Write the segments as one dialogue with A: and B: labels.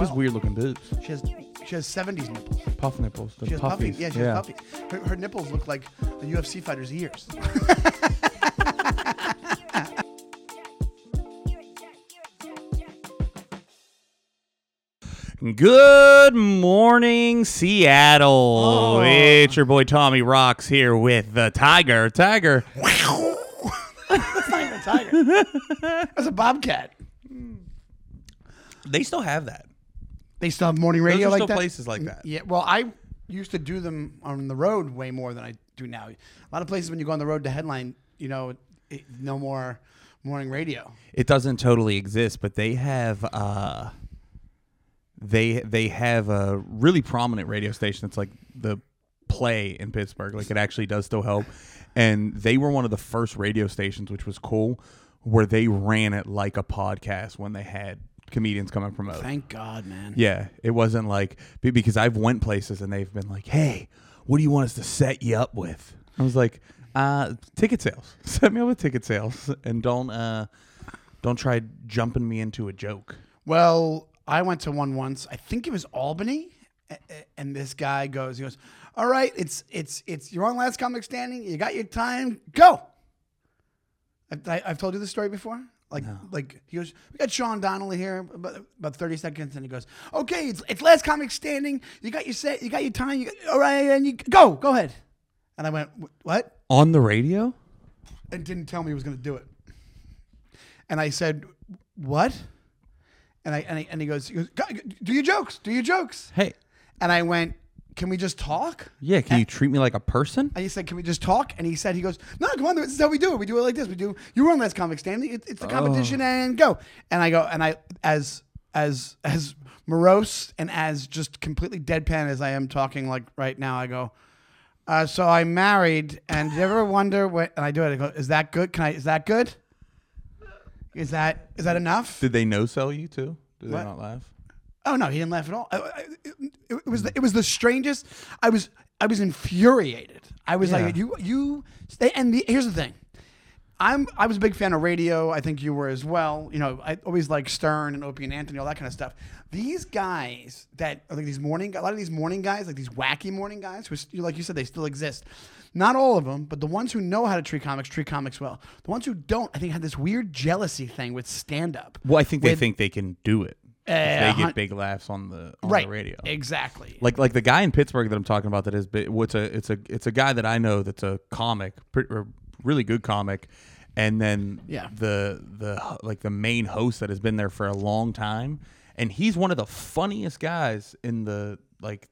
A: Just weird looking boobs.
B: She has she has 70s nipples.
A: Puff nipples. The
B: She has puffy.
A: puffies.
B: Yeah, she has puffy. Her, her nipples look like the UFC fighter's ears.
A: Good morning, Seattle. It's your boy Tommy Rocks here with the Tiger. Tiger.
B: That's not even a tiger. That's a bobcat.
A: They still have that.
B: They still have morning
A: Those
B: radio
A: are
B: like
A: still
B: that.
A: places like that.
B: Yeah. Well, I used to do them on the road way more than I do now. A lot of places when you go on the road to headline, you know, it, no more morning radio.
A: It doesn't totally exist, but they have uh they they have a really prominent radio station that's like the play in Pittsburgh. Like it actually does still help. And they were one of the first radio stations, which was cool, where they ran it like a podcast when they had comedians come and promote.
B: Thank God, man.
A: Yeah, it wasn't like be- because I've went places and they've been like, "Hey, what do you want us to set you up with?" I was like, "Uh, ticket sales. Set me up with ticket sales, and don't uh, don't try jumping me into a joke."
B: Well, I went to one once. I think it was Albany, a- a- and this guy goes, he goes, "All right, it's it's it's you're on last comic standing. You got your time. Go." I, I, I've told you this story before. Like like he goes, we got Sean Donnelly here about, about thirty seconds, and he goes, "Okay, it's it's last comic standing. You got your set. You got your time. You got, all right, and you go go ahead." And I went, "Wh- "What?"
A: On the radio?
B: and didn't tell me he was going to do it. And I said, "What?" And I and, I, and he goes, he goes, "Go- "Do your jokes, do your jokes."
A: Hey,
B: And I went, "Can we just talk?"
A: yeah. Can you treat me like a person?
B: And he said, "Can we just talk?" And he said, "He goes, no, come on, this is how we do it. We do it like this. We do you run last comic standing. It, it's the competition, and go." And I go, and I as as as morose and as just completely deadpan as I am talking like right now, I go. Uh, so I'm married, and you ever wonder what? And I do it. I go, "Is that good? Can I? Is that good? Is that is that enough?"
A: Did they no sell you too? Did
B: What?
A: they not laugh?
B: Oh no, he didn't laugh at all. I- I- It, it was the, it was the strangest. I was I was infuriated. I was like,
A: Yeah.
B: you you. They, and the, here's the thing, I'm I was a big fan of radio. I think you were as well. You know, I always like Stern and Opie and Anthony, all that kind of stuff. These guys that are like these morning, a lot of these morning guys, like these wacky morning guys, who st- like you said, they still exist. Not all of them, but the ones who know how to treat comics treat comics well. The ones who don't, I think, had this weird jealousy thing with stand up.
A: Well, I think they
B: With-
A: think they can do it.
B: Eh,
A: they
B: hun-
A: get big laughs on the on
B: Right.
A: the radio.
B: Exactly.
A: like like the guy in Pittsburgh that I'm talking about that is bi- what's a it's a it's a guy that I know that's a comic, pre- or really good comic, and then
B: Yeah.
A: the the like the main host that has been there for a long time, and he's one of the funniest guys in the like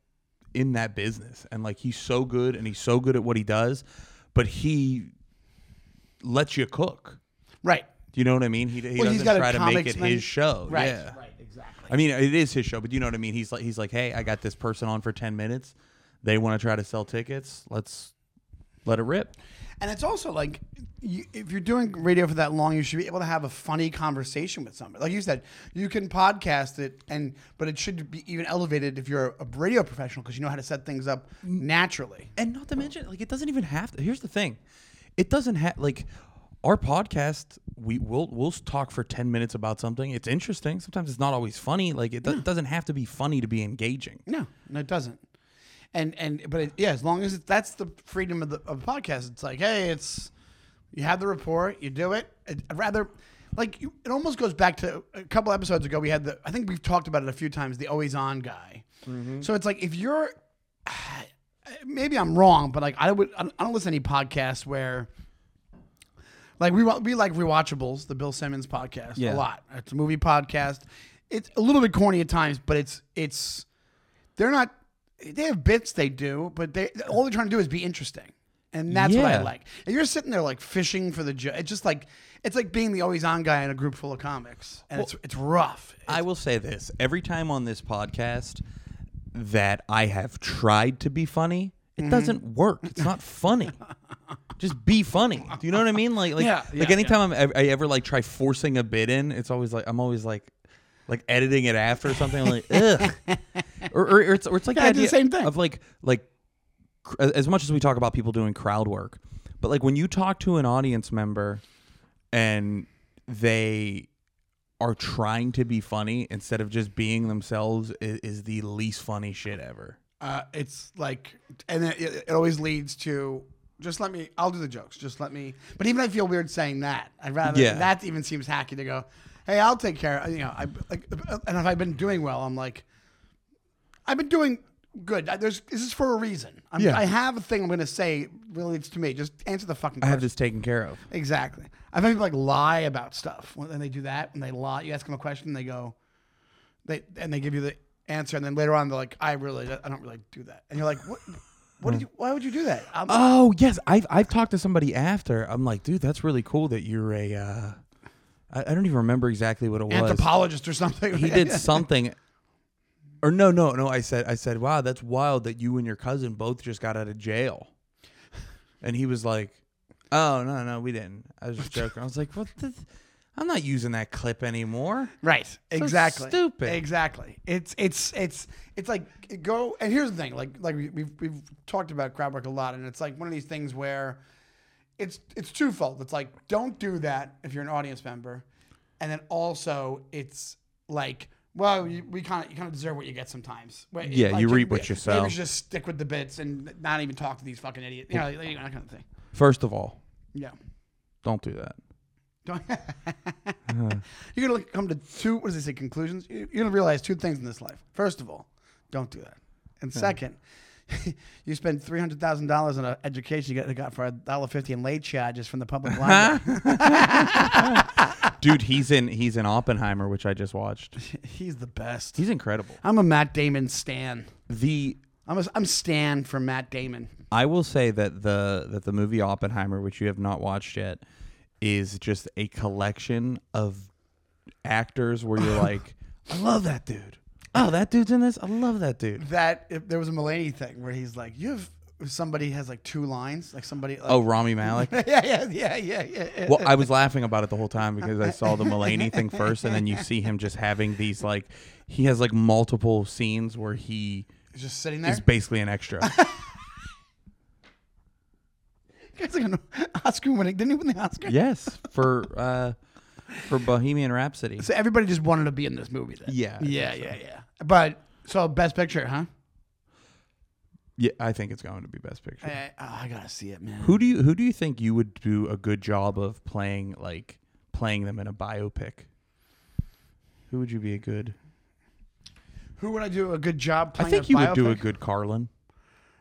A: in that business, and like he's so good and he's so good at what he does, but he lets you cook.
B: right.
A: Do you know what I mean? He, he
B: Well,
A: doesn't
B: he's got a
A: try to make
B: comics
A: it
B: man-
A: his show.
B: Right,
A: Oh, yeah.
B: right, exactly.
A: I mean, it is his show, but you know what I mean. He's like, he's like, hey, I got this person on for ten minutes. They want to try to sell tickets. Let's let it rip.
B: And it's also like, you, if you're doing radio for that long, you should be able to have a funny conversation with somebody. Like you said, you can podcast it, and but it should be even elevated if you're a radio professional because you know how to set things up naturally.
A: And not to mention, like, it doesn't even have to. Here's the thing, it doesn't have like our podcast. We will we'll talk for ten minutes about something. It's interesting. Sometimes it's not always funny. Like it do- doesn't have to be funny to be engaging.
B: No, no, it doesn't. And and but it, yeah, as long as it, that's the freedom of the of the podcast, it's like, hey, it's you have the report, you do it. I'd I'd rather, like, you, it almost goes back to a couple episodes ago. We had the I think we've talked about it a few times. The always on guy. So it's like if you're, maybe I'm wrong, but like I would I don't I don't listen to any podcasts where. Like we wa- we like rewatchables, the Bill Simmons podcast
A: Yeah.
B: a lot. It's a movie podcast. It's a little bit corny at times, but it's it's they're not they have bits they do, but they all they're trying to do is be interesting. And that's what I
A: Yeah.
B: like. And you're sitting there like fishing for the jo- it's just like it's like being the always on guy in a group full of comics. And it's it's rough.
A: I will say this every time on this podcast that I have tried to be funny, it
B: Mm-hmm.
A: doesn't work. It's not funny. Just be funny. Do you know what I mean? Like, like,
B: Yeah,
A: like
B: yeah,
A: anytime I'm, I ever like try forcing a bit in, it's always like I'm always like, like editing it after or something. I'm like, ugh. Or, or, or it's or it's like
B: Yeah,
A: the
B: I do the
A: idea
B: same thing.
A: of like like cr- as much as we talk about people doing crowd work, but like when you talk to an audience member and they are trying to be funny instead of just being themselves is, is the least funny shit ever.
B: Uh, it's like, and it, it it always leads to just let me. I'll do the jokes. Just let me. But even I feel weird saying that. I'd rather
A: Yeah.
B: that even seems hacky to go. Hey, I'll take care. You know, I like, and if I've been doing well, I'm like, I've been doing good. I- There's this is for a reason. I'm,
A: Yeah.
B: I have a thing I'm gonna say relates to me. Just answer the fucking.
A: I
B: Question.
A: have this taken care of.
B: Exactly. I've had people like lie about stuff when and they do that and they lie. You ask them a question, they go, they and they give you the answer, and then later on they're like, I really, I don't really do that, and you're like, what? What did you? Why would you do that? I'm,
A: Oh yes, I've I've talked to somebody after. I'm like, dude, that's really cool that you're a. Uh, I, I don't even remember exactly what it was.
B: anthropologist or something.
A: he did something or no no no i said i said wow that's wild that you and your cousin both just got out of jail and he was like oh no no we didn't i was just joking i was like what the i'm not using that clip anymore
B: Right. Exactly.
A: stupid.
B: Exactly. It's it's it's it's like go and here's the thing. Like like we- we've we've talked about crowd work a lot, and it's like one of these things where it's it's twofold. It's like don't do that if you're an audience member, and then also it's like. Well, you, we kind of you kind of deserve what you get sometimes. Wait,
A: Yeah, you reap what
B: maybe
A: you
B: we
A: sow.
B: should just stick with the bits and not even talk to these fucking idiots. You know, like, that kind of thing.
A: first of all
B: Yeah.
A: don't do that
B: Don't- you're gonna come to two. What does it say? Conclusions. You- You're gonna realize two things in this life. First of all, don't do that. And second, you spend three hundred thousand dollars on an education you got, got for a dollar fifty in late charges from the
A: Uh-huh.
B: public library.
A: dude he's in he's in oppenheimer which i just watched
B: He's the best.
A: he's incredible
B: I'm a Matt Damon stan.
A: the
B: I'm a, I'm stan for Matt Damon.
A: I will say that the that the movie Oppenheimer, which you have not watched yet, is just a collection of actors where you're like, I love that dude. Oh, that dude's in this. I love that dude.
B: That if there was a Mulaney thing where he's like, you have somebody has like two lines, like somebody. Like,
A: Oh, Rami Malek.
B: yeah, yeah, yeah, yeah, yeah. yeah.
A: Well, I was laughing about it the whole time because I saw the Mulaney thing first, and then you see him just having these like, he has like multiple scenes where he
B: just sitting there.
A: is basically an extra.
B: It's like an Oscar winning. Didn't he win the Oscar?
A: yes, for uh, for Bohemian Rhapsody.
B: So everybody just wanted to be in this movie then.
A: Yeah, I
B: Yeah, yeah, yeah. But so best picture, huh?
A: Yeah, I think it's going to be Best Picture.
B: I, oh, I gotta see it, man.
A: Who do you who do you think you would do a good job of playing like playing them in a biopic? Who would you be a good?
B: Who would I do a good job
A: I
B: playing?
A: think
B: a
A: you would do a
B: biopic?
A: good Carlin.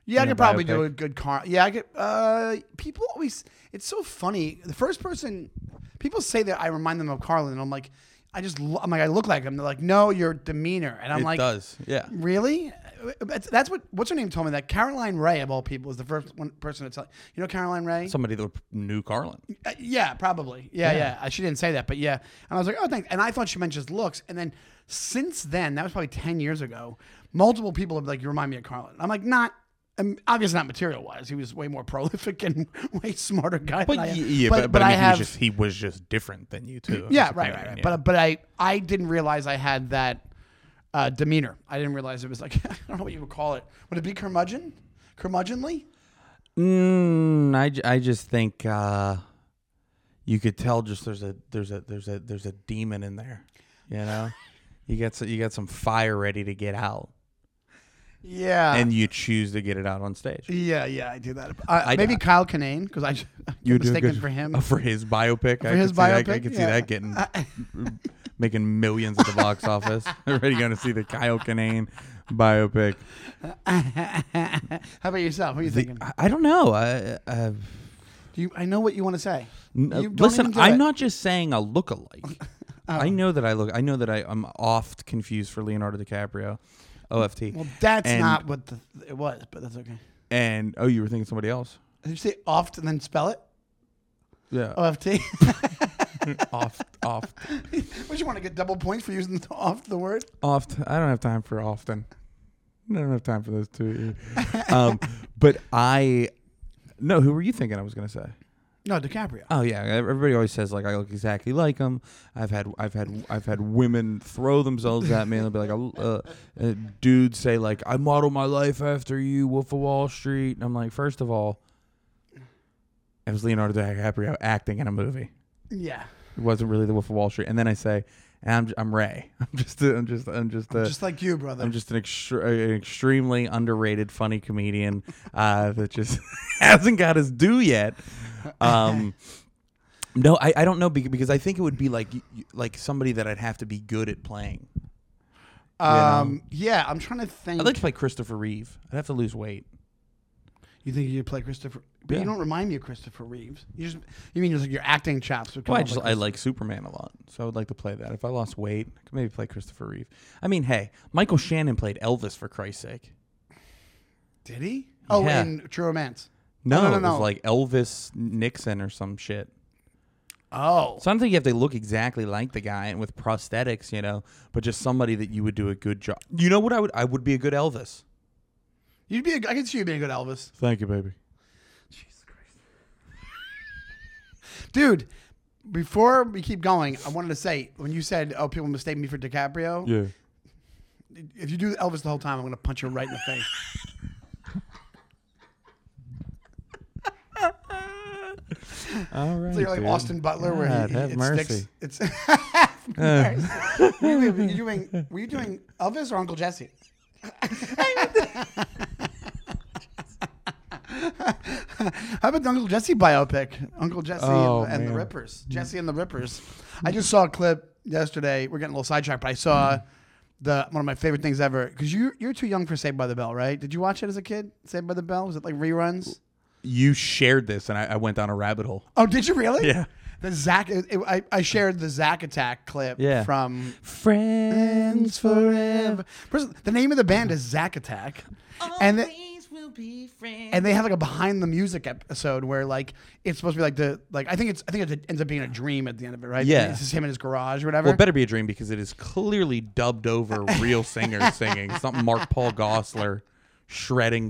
B: Yeah, I
A: in a
B: could probably do
A: biopic.
B: a good car. Yeah, I could. Uh, people always. It's so funny. The first person people say that I remind them of Carlin, and I'm like, I just. lo- I'm like, I look like him. They're like, no, your demeanor, and I'm
A: it
B: like,
A: does. Yeah.
B: Really? That's, that's what. What's her name told me that Caroline Ray of all people is the first one person to tell. You know Caroline Ray?
A: Somebody that knew Carlin.
B: Uh, yeah, probably. Yeah,
A: Yeah.
B: yeah, Uh, She didn't say that, but yeah. And I was like, oh, thanks. And I thought she meant just looks. And then since then, that was probably 10 years ago, multiple people have been like, you remind me of Carlin. I'm like, not. I'm obviously not material wise. He was way more prolific and way smarter guy.
A: But
B: than I am.
A: yeah, but, but, I mean, he was just he was just different than you too.
B: yeah,
A: That's the
B: right,
A: thing,
B: right, right.
A: yeah.
B: But but I I didn't realize I had that uh, demeanor. I didn't realize it was like I don't know what you would call it. Would it be curmudgeon? Curmudgeonly?
A: Mm, I, ju- I just think uh, you could tell just there's a there's a there's a there's a demon in there, you know. you got so, you got some fire ready to get out,
B: Yeah.
A: and you choose to get it out on stage.
B: yeah, yeah, I do that. Uh,
A: I-
B: maybe Kyle Kinane because I
A: You
B: you
A: would do a
B: mistaken
A: good-
B: for him.
A: Oh, for his biopic. I
B: For his
A: could see that- I
B: biopic,
A: could see
B: yeah.
A: that getting making millions at the box office. Already going to see the Kyle Kinane biopic.
B: How about yourself? What are you
A: The-
B: thinking?
A: I, I don't know. I, uh,
B: Do you, I know what you want to say. You don't
A: listen,
B: even do
A: I'm
B: it. Oh.
A: not just saying a lookalike. I know that I look. I know that I, I'm oft confused for Leonardo DiCaprio, OFT.
B: Well, that's
A: and-
B: not what the, it was, but that's okay.
A: And oh, you were thinking somebody else.
B: Did you say oft and then spell it?
A: Yeah,
B: OFT?
A: oft, oft,
B: Would you want to get double points for using the oft the word?
A: oft. I don't have time for often. I don't have time for those two. um, but I, no. Who were you thinking? I was gonna say.
B: No, DiCaprio.
A: Oh yeah, everybody always says like I look exactly like him. I've had I've had I've had women throw themselves at me and they'll be like, uh, uh, dudes say like I model my life after you, Wolf of Wall Street, and I'm like, first of all, it was Leonardo DiCaprio acting in a movie.
B: Yeah.
A: It wasn't really the Wolf of Wall Street. And then I say, And I'm, j- I'm Ray. I'm just, a, I'm just, I'm just, uh, a,
B: Just like you, brother.
A: I'm just an, extr an extremely underrated, funny comedian uh, that just hasn't got his due yet. Um, no, I, I don't know bec- because I think it would be like y- y- like somebody that I'd have to be good at playing.
B: um, yeah, I'm trying to think.
A: I'd like to play Christopher Reeve. I'd have to lose weight.
B: you think you could play Christopher? But
A: Yeah.
B: you don't remind me of Christopher Reeves. You just, you mean just like your acting chops? would come
A: Well, I
B: off
A: just
B: like
A: I
B: this.
A: like Superman a lot, so I would like to play that. If I lost weight, I could maybe play Christopher Reeve. I mean, hey, Michael Shannon played Elvis for Christ's sake.
B: Did he? Oh,
A: Yeah.
B: in True Romance.
A: No,
B: no,
A: it
B: no.
A: was like Elvis Nixon or some shit.
B: Oh,
A: So I don't think you have to look exactly like the guy and with prosthetics, you know, but just somebody that you would do a good job. You know what I would? I would be a good Elvis.
B: you'd be. A, I could see you being a good Elvis,
A: Thank you, baby.
B: dude. Before we keep going, I wanted to say when you said, "Oh, people mistake me for DiCaprio."
A: Yeah.
B: If you do Elvis the whole time, I'm gonna punch you right in the face.
A: All right.
B: So you're like
A: dude.
B: Austin Butler, where
A: God,
B: he, he-
A: have
B: it
A: mercy. Uh.
B: sticks. It's have mercy. Wait, wait, were you doing? Were you doing Elvis or Uncle Jesse? How about the Uncle Jesse biopic? Uncle Jesse
A: Oh,
B: and, the, and the
A: man.
B: Rippers. Jesse and the Rippers. I just saw a clip yesterday. We're getting a little sidetracked, but I
A: Mm.
B: saw the one of my favorite things ever. Because you you're too young for Saved by the Bell, right? Did you watch it as a kid? Saved by the Bell was it like reruns?
A: You shared this, and I, I went down a rabbit hole.
B: Oh, did you really?
A: Yeah.
B: The Zach, it, it- I, I shared the Zach Attack clip
A: Yeah.
B: from
A: Friends
B: Forever. First, the name of the band is Zach Attack, and the,
A: will be friends.
B: and they have like a behind the music episode where like it's supposed to be like the like I think it's I think it ends up being a dream at the end of it, right?
A: Yeah.
B: it's just him in his garage or whatever.
A: Well, it better be a dream because it is clearly dubbed over real singers singing something Mark Paul Gossler shredding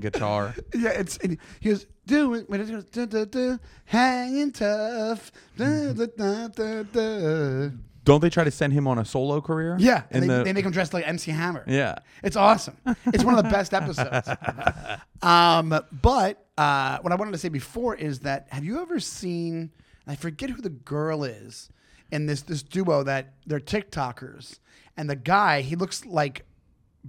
A: guitar.
B: yeah, it's and he was doing when it goes duh, duh, duh, hanging tough. duh, duh, duh, duh, duh."
A: Don't they try to send him on a solo career?
B: Yeah, and
A: In
B: they,
A: the-
B: they make him dressed like MC Hammer.
A: yeah.
B: It's awesome. It's one of the best episodes. Um, but uh, what I wanted to say before is that have you ever seen? I forget who the girl is in this this duo that they're TikTokers, and the guy he looks like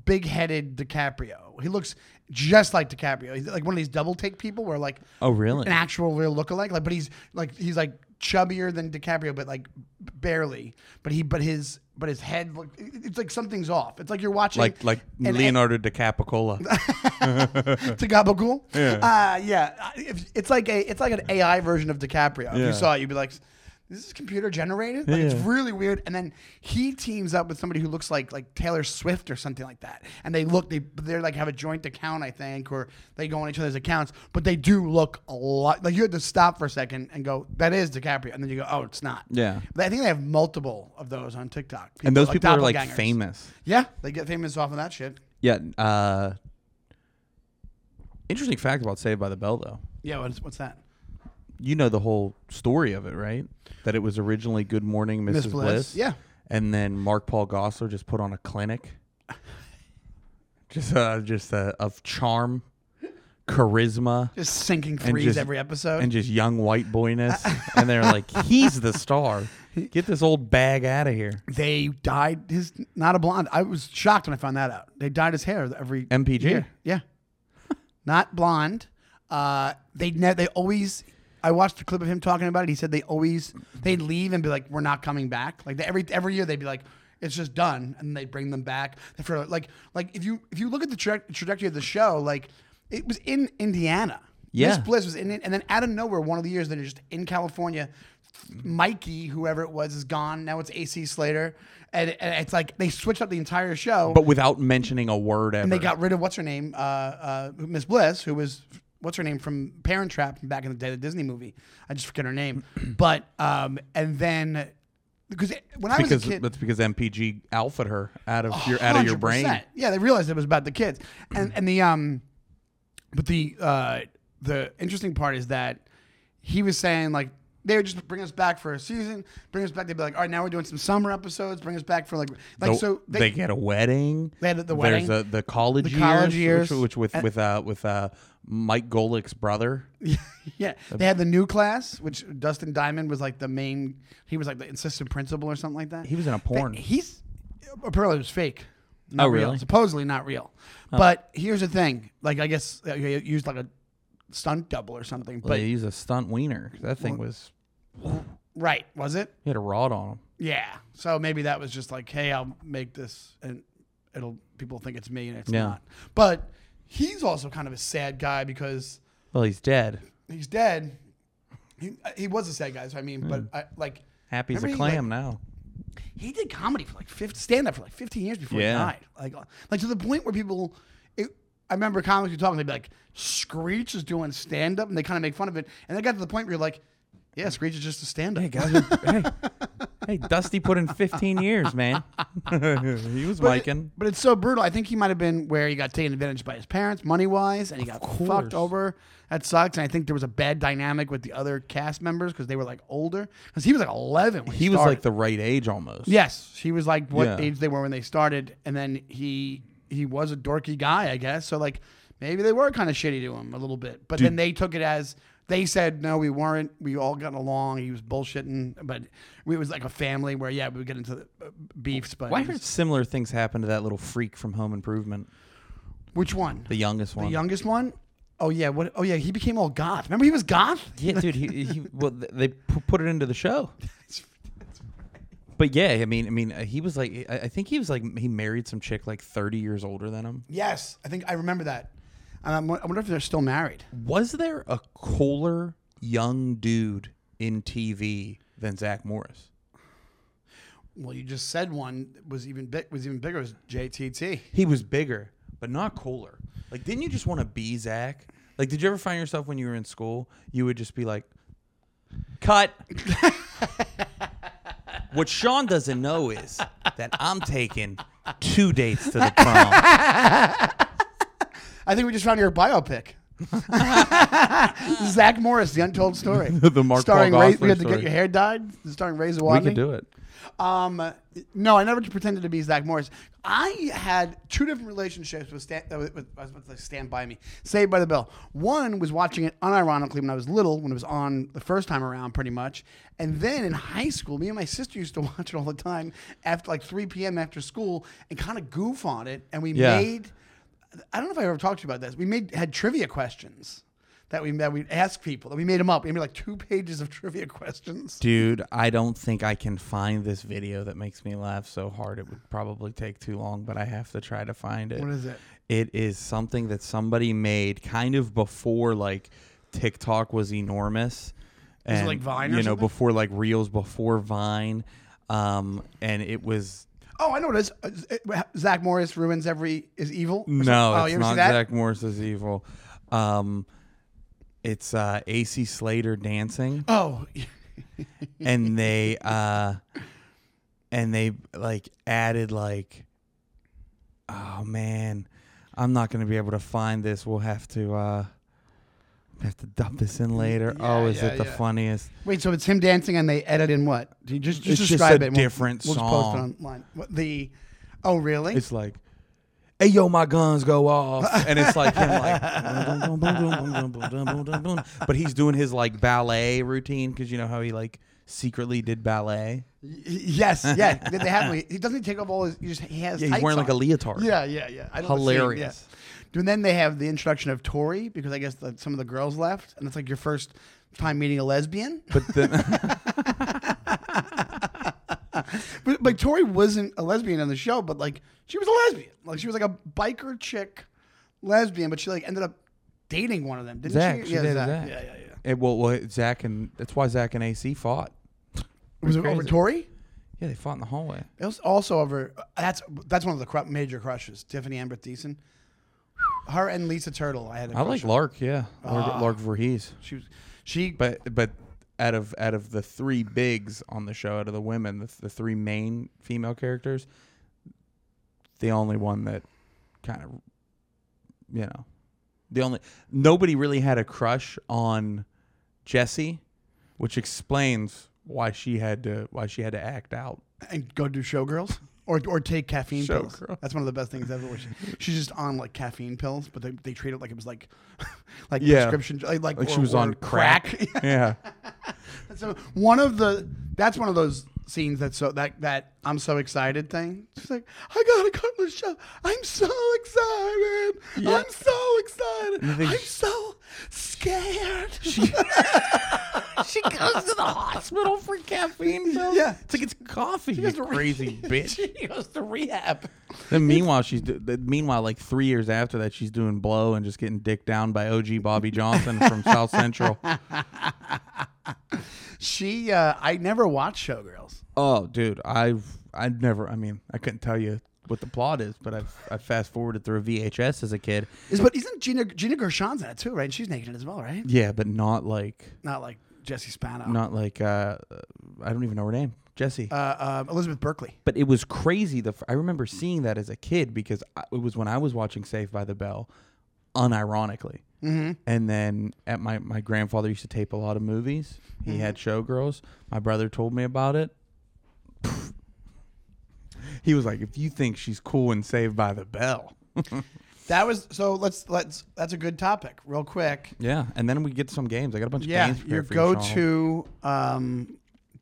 B: big headed DiCaprio. He looks just like DiCaprio. He's like one of these double take people where like
A: Oh, really?
B: an actual real lookalike. Like, but he's like he's like chubbier than DiCaprio, but like barely. But he but his but his head look, it- it's like something's off. It's like you're watching
A: like like
B: an-
A: Leonardo DiCapicola.
B: to Gabagool.
A: Yeah.
B: Uh, yeah. Uh, if- It's like a it's like an AI version of DiCaprio. If
A: Yeah.
B: you saw it, you'd be like, "This is computer generated." Like, It's
A: Yeah.
B: really weird. And then he teams up with somebody who looks like like Taylor Swift or something like that. And they look they they're like have a joint account, I think, or they go on each other's accounts. But they do look a lot like you had to stop for a second and go, "That is DiCaprio," and then you go, "Oh, it's not."
A: Yeah.
B: But I think they have multiple of those on TikTok.
A: and those people are like
B: doppelgangers.
A: famous.
B: Yeah, they get famous off of that shit.
A: Yeah. Uh, interesting fact about Saved by the Bell, though.
B: Yeah, what's, what's that?
A: You know the whole story of it, right? That it was originally Good Morning, Mrs.
B: Bliss. Yeah.
A: And then Mark Paul Gossler just put on a clinic, just uh, just uh, of charm, charisma,
B: Just sinking
A: And
B: threes
A: just-
B: every episode.
A: and just young white boyness. and they're like, he's the star. Get this old bag out of here.
B: they dyed his not a blonde. I was shocked when I found that out. They dyed his hair every
A: MPG.
B: year. Yeah, not blonde. Uh, they ne- they always. I watched a clip of him talking about it. He said they always they'd leave and be like, "We're not coming back." Like they, every every year they'd be like, "It's just done," and they bring them back. For like like if you if you look at the tra- trajectory of the show, like it was in Indiana.
A: Yeah.
B: Miss Bliss was in it, and then out of nowhere, one of the years they're just in California. Mikey, whoever it was, is gone. Now it's AC Slater, and, and it's like they switched up the entire show.
A: But without mentioning a word ever.
B: And they got rid of what's her name, uh, uh, Miss Bliss, who was what's her name from Parent Trap back in the day, the Disney movie. I just forget her name. but um, and then because when I was
A: because
B: a kid,
A: that's because MPG alphaed her out of your out of your brain.
B: 100%. Yeah, they realized it was about the kids, and and the um, but the uh, the interesting part is that he was saying like They would just bring us back for a season, bring us back. They'd be like, all right, now we're doing some summer episodes. Bring us back for like, like
A: The-
B: so they,
A: they, get a wedding.
B: They had the wedding.
A: There's a, the college
B: The
A: years,
B: college years.
A: which, which with with uh, with uh, Mike Golick's brother.
B: yeah,
A: Um,
B: they had the new class, which Dustin Diamond was like the main. He was like the assistant principal or something like that.
A: He was in a
B: They-
A: porn.
B: He's apparently it was fake. Not
A: Oh,
B: real.
A: really?
B: Supposedly not real. But here's the thing. Like I guess uh, you used like a stunt double or something.
A: But
B: But
A: he's a stunt wiener. That thing was
B: right, was it?
A: he had a rod on him.
B: Yeah. So maybe that was just like, hey, I'll make this, and it'll people think it's me, and it's
A: Yeah.
B: not. But he's also kind of a sad guy because
A: Well, he's dead.
B: he's dead. He, uh, he was a sad guy, so I
A: Hmm.
B: mean, but I, like
A: Happy as a
B: Remember he, like,
A: clam now.
B: he did comedy for like 50 stand up for like 15 years before
A: Yeah.
B: he died like uh, like to the point where people it, i remember comics were talking they'd be like screech is doing stand up and they kind of make fun of it and they got to the point where you're like yeah screech is just a stand up
A: Hey guys, hey, hey, Dusty put in 15 years, man. he was miking.
B: but it's so brutal i think he might have been where he got taken advantage by his parents money wise and he got
A: course.
B: fucked over that sucks and i think there was a bad dynamic with the other cast members because they were like older because he was like 11 when he,
A: He was
B: started.
A: like the right age almost.
B: Yes, she was like what
A: Yeah.
B: age they were when they started, and then he he was a dorky guy, I guess. So like maybe they were kind of shitty to him a little bit, but then they took it as they said no, we weren't. We all got along. He was bullshitting, but we was like a family where yeah, we would get into the uh, beefs. But
A: Well, I
B: it was-
A: heard similar things happen to that little freak from Home Improvement,
B: which one?
A: the youngest one.
B: The youngest one? Oh yeah, what? Oh yeah, he became all goth. Remember he was goth.
A: yeah, dude. He, he well, th- they pu- put it into the show. But yeah, I mean, I mean, uh, he was like, I I think he was like, he married some chick like 30 years older than him.
B: Yes, I think I remember that. And I'm, I wonder if they're still married.
A: Was there a cooler young dude in TV than Zach Morris?
B: Well, you just said one was even big, was even bigger was JTT.
A: He was bigger, but not cooler. Like, didn't you just want to be Zach? Like, did you ever find yourself when you were in school, you would just be like, cut. what Sean doesn't know is that I'm taking two dates to the prom.
B: I think we just found your biopic. Zach Morris, The Untold Story.
A: The Mark
B: starring
A: Paul
B: Ray,
A: Gosselaar
B: We had to get
A: story.
B: your hair dyed. Starring Ray
A: we
B: Zawadney.
A: can do it.
B: Um, no, I never pretended to be Zach Morris. I had two different relationships with, Stan, uh, with, with I was about to say Stand By Me, Saved by the Bell. One was watching it unironically when I was little, when it was on the first time around, pretty much. And then in high school, me and my sister used to watch it all the time after like 3 p.m. after school and kind of goof on it. And we
A: Yeah.
B: made, I don't know if I ever talked to you about this. We made had trivia questions. That we that we asked people that we made them up. We made like two pages of trivia questions.
A: Dude, I don't think I can find this video that makes me laugh so hard. It would probably take too long, but I have to try to find it.
B: What is it?
A: It is something that somebody made kind of before like TikTok was enormous.
B: it like Vine or
A: you know,
B: something?
A: before like Reels, before Vine, um, and it was
B: Oh, I know what it is. Uh, Zach Morris ruins every is evil. or something.
A: no,
B: oh,
A: it's
B: you ever
A: not
B: see that?
A: Zach Morris is evil. Um, it's uh, AC Slater dancing.
B: Oh,
A: and they uh and they like added like oh man i'm not gonna be able to find this we'll have to uh have to dump this in later oh
B: Yeah,
A: is
B: yeah,
A: it the
B: yeah.
A: funniest
B: wait. So it's him dancing, and they edit in what? Do you just,
A: It's
B: just
A: just
B: describe
A: a
B: it.
A: different
B: we'll, We'll
A: song.
B: just post it online. What, the oh, really?
A: it's like hey yo my guns go off and it's like him like "Boom, boom, boom, boom, boom, boom, boom, boom, boom, boom." but he's doing his like ballet routine because you know how he like secretly did ballet
B: Y- yes, yeah. Did they have? He doesn't take off all his. He just he has.
A: yeah he's
B: tights
A: wearing like a
B: on.
A: leotard
B: Yeah, yeah, yeah. I know the scene,
A: Hilarious.
B: yeah. And then they have the introduction of Tori because I guess that some of the girls left, and it's like your first time meeting a lesbian.
A: but then
B: But like Tori wasn't a lesbian on the show, but like she was a lesbian. Like she was like a biker chick lesbian, but she like ended up dating one of them, didn't
A: Zach,
B: she?
A: she dated Zach.
B: Yeah, yeah, yeah.
A: It, well, well, Zach and that's why Zach and AC fought.
B: Was it
A: crazy.
B: over Tori?
A: Yeah, they fought in the hallway.
B: It was also over. That's that's one of the cru- major crushes. Tiffany Amber Thiessen, her and Lisa Turtle. I had. A
A: I
B: crush
A: like
B: on.
A: Lark. Yeah, Lark, Lark Voorhees.
B: She was she.
A: But but out of out of the three bigs on the show, out of the women, the, the three main female characters, the only one that kind of, you know, the only nobody really had a crush on Jesse, which explains why she had to why she had to act out.
B: and go do showgirls or or take caffeine pills.
A: Showgirl.
B: That's one of the best things ever. where she- she's just on like caffeine pills, but they, they treat it like it was like like
A: Yeah.
B: prescription like like,
A: Like she
B: or-
A: was
B: or
A: on crack. yeah.
B: so one of the that's one of those scenes that's so that that I'm so excited thing. She's like, I got a Carlos show. I'm so excited.
A: Yeah.
B: I'm so excited.
A: You think
B: I'm
A: she-
B: so scared.
A: she goes to the hospital for caffeine pills.
B: Yeah.
A: It's like it's coffee.
B: goes to
A: you
B: re-
A: crazy bitch.
B: she goes to rehab.
A: Then meanwhile, she's do- then meanwhile like three years after that, she's doing blow and just getting dicked down by OG Bobby Johnson from South Central.
B: She uh I never watched Showgirls.
A: Oh, dude, I've I never. I mean, I couldn't tell you what the plot is, but I've I fast forwarded through a VHS as a kid.
B: Is but isn't Gina Gina Gershon's in it too, right? And she's naked as well, right?
A: Yeah, but not like
B: Not like Jesse Spano.
A: not like uh, I don't even know her name, Jesse.
B: Uh, uh, Elizabeth Berkley.
A: but it was crazy. The f- I remember seeing that as a kid because I, it was when I was watching Saved by the Bell, unironically. Mm-hmm. And then at my my grandfather used to tape a lot of movies. He
B: Mm-hmm.
A: had Showgirls. My brother told me about it. He was like, "If you think she's cool and Saved by the Bell."
B: That was so. Let's let's. That's a good topic. Real quick.
A: Yeah, and then we get some games. I got a bunch
B: Yeah,
A: of games.
B: your
A: prepared for you,
B: go
A: Sean.
B: to, um,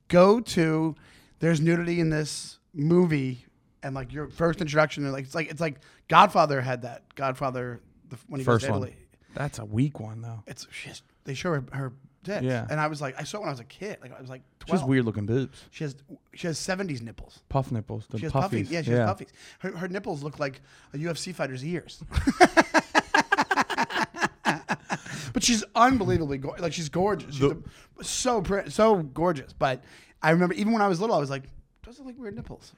B: go to. There's nudity in this movie, and like your first introduction, and like it's like it's like Godfather had that. Godfather the, when he
A: first
B: goes to
A: one.
B: Italy,
A: That's a weak one though.
B: it's she's, they show her her dick.
A: Yeah.
B: and I was like, I saw it when I was a kid. Like I was like twelve.
A: Just weird looking boobs,
B: She has she has seventies nipples.
A: puff nipples. The
B: She has puffies.
A: puffies.
B: Yeah, she has puffies. Her, her nipples look like a UFC fighter's ears. but she's unbelievably gorgeous. Like she's gorgeous. She's a- so pretty, so gorgeous. But I remember even when I was little, I was like, "Those look like weird nipples."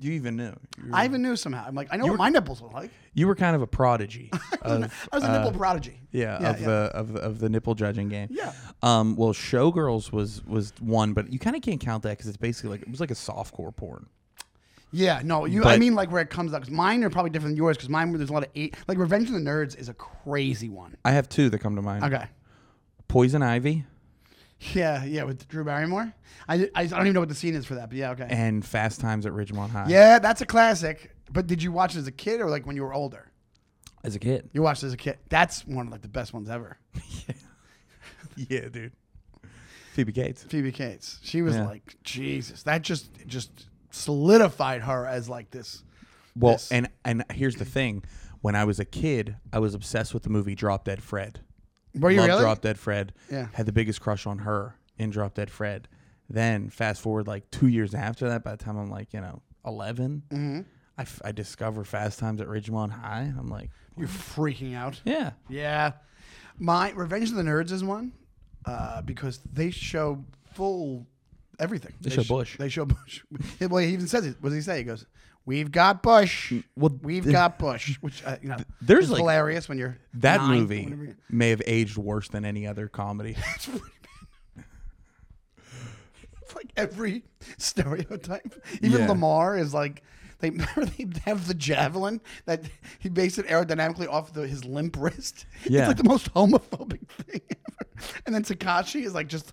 A: you even knew. You were,
B: I even knew somehow. I'm like, I know what my nipples look like.
A: you were kind of a prodigy. of,
B: I was a
A: uh,
B: nipple prodigy.
A: yeah,
B: yeah,
A: of uh,
B: yeah.
A: the of the, of the nipple judging game.
B: Yeah.
A: Um. Well, Showgirls was was one, but you kind of can't count that because it's basically like it was like a softcore porn.
B: Yeah, no, you. I
A: But-
B: mean, like where it comes up. 'cause mine are probably different than yours. Because mine, there's a lot of eight. Like Revenge of the Nerds is a crazy one.
A: I have two that come to mind.
B: Okay.
A: Poison Ivy
B: Yeah, yeah, with Drew Barrymore. I, I don't even know what the scene is for that, but yeah, okay.
A: and Fast Times at Ridgemont High.
B: yeah, that's a classic. But did you watch it as a kid or like when you were older?
A: As a kid.
B: You watched it as a kid. That's one of like the best ones ever.
A: Yeah, dude. Phoebe Gates.
B: Phoebe Cates. She was
A: Yeah.
B: like, Jesus, that just just solidified her as like this.
A: Well,
B: this-
A: and and here's the thing: when I was a kid, I was obsessed with the movie Drop Dead Fred.
B: Were you
A: Loved
B: really?
A: Drop Dead Fred.
B: Yeah.
A: Had the biggest crush on her in Drop Dead Fred. Then fast forward like two years after that, by the time I'm like you know 11,
B: Mm-hmm.
A: I, f- I discover Fast Times at Ridgemont High. and I'm like,
B: You're freaking out.
A: yeah,
B: Yeah. My Revenge of the Nerds is one uh, because they show full everything. They,
A: show
B: sh-
A: Bush.
B: They show Bush. well, he even says it. What does he say? He goes, "We've got Bush.
A: well,
B: We've
A: th-
B: got Bush." Which uh, you know,
A: there's,
B: is
A: like-
B: hilarious when you're
A: that
B: nine, whenever
A: movie
B: you-
A: may have aged worse than any other comedy.
B: It's like every stereotype. Even
A: Yeah.
B: Lamar is like. They remember they have the javelin that he based it aerodynamically off the, his limp wrist.
A: Yeah.
B: It's like the most homophobic thing ever. And then Takashi is like just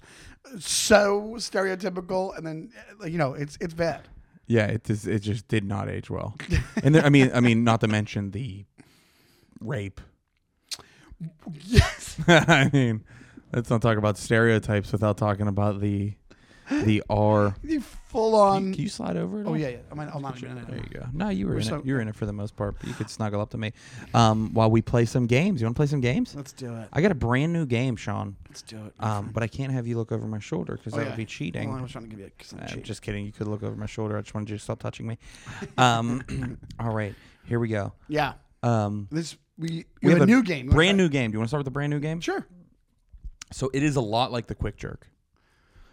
B: so stereotypical. And then uh, you know it's it's bad.
A: yeah, it just, it just did not age well. and there, I mean, I mean, not to mention the rape.
B: Yes.
A: I mean, let's not talk about stereotypes without talking about the the R.
B: The full on.
A: Can you slide over? At
B: Oh
A: all?
B: yeah, yeah. I'm, I'm not even in
A: There
B: it.
A: you go. No, you were, in
B: so-
A: it. You were in it for the most part. But you could snuggle up to me um, while we play some games. You want to play some games?
B: Let's do it.
A: I got a brand new game, Sean.
B: Let's do it.
A: Um, but I can't have you look over my shoulder because that
B: Oh, yeah.
A: would be cheating.
B: Hold on, I was trying to give you a- 'cause I'm
A: Uh,
B: cheating.
A: just kidding. You could look over my shoulder. I just wanted you to stop touching me. Um, all right, here we go.
B: Yeah.
A: Um,
B: This we,
A: we
B: we have a new game.
A: Brand new game. Do you want to start with the brand new game?
B: Sure.
A: So it is a lot like the quick jerk.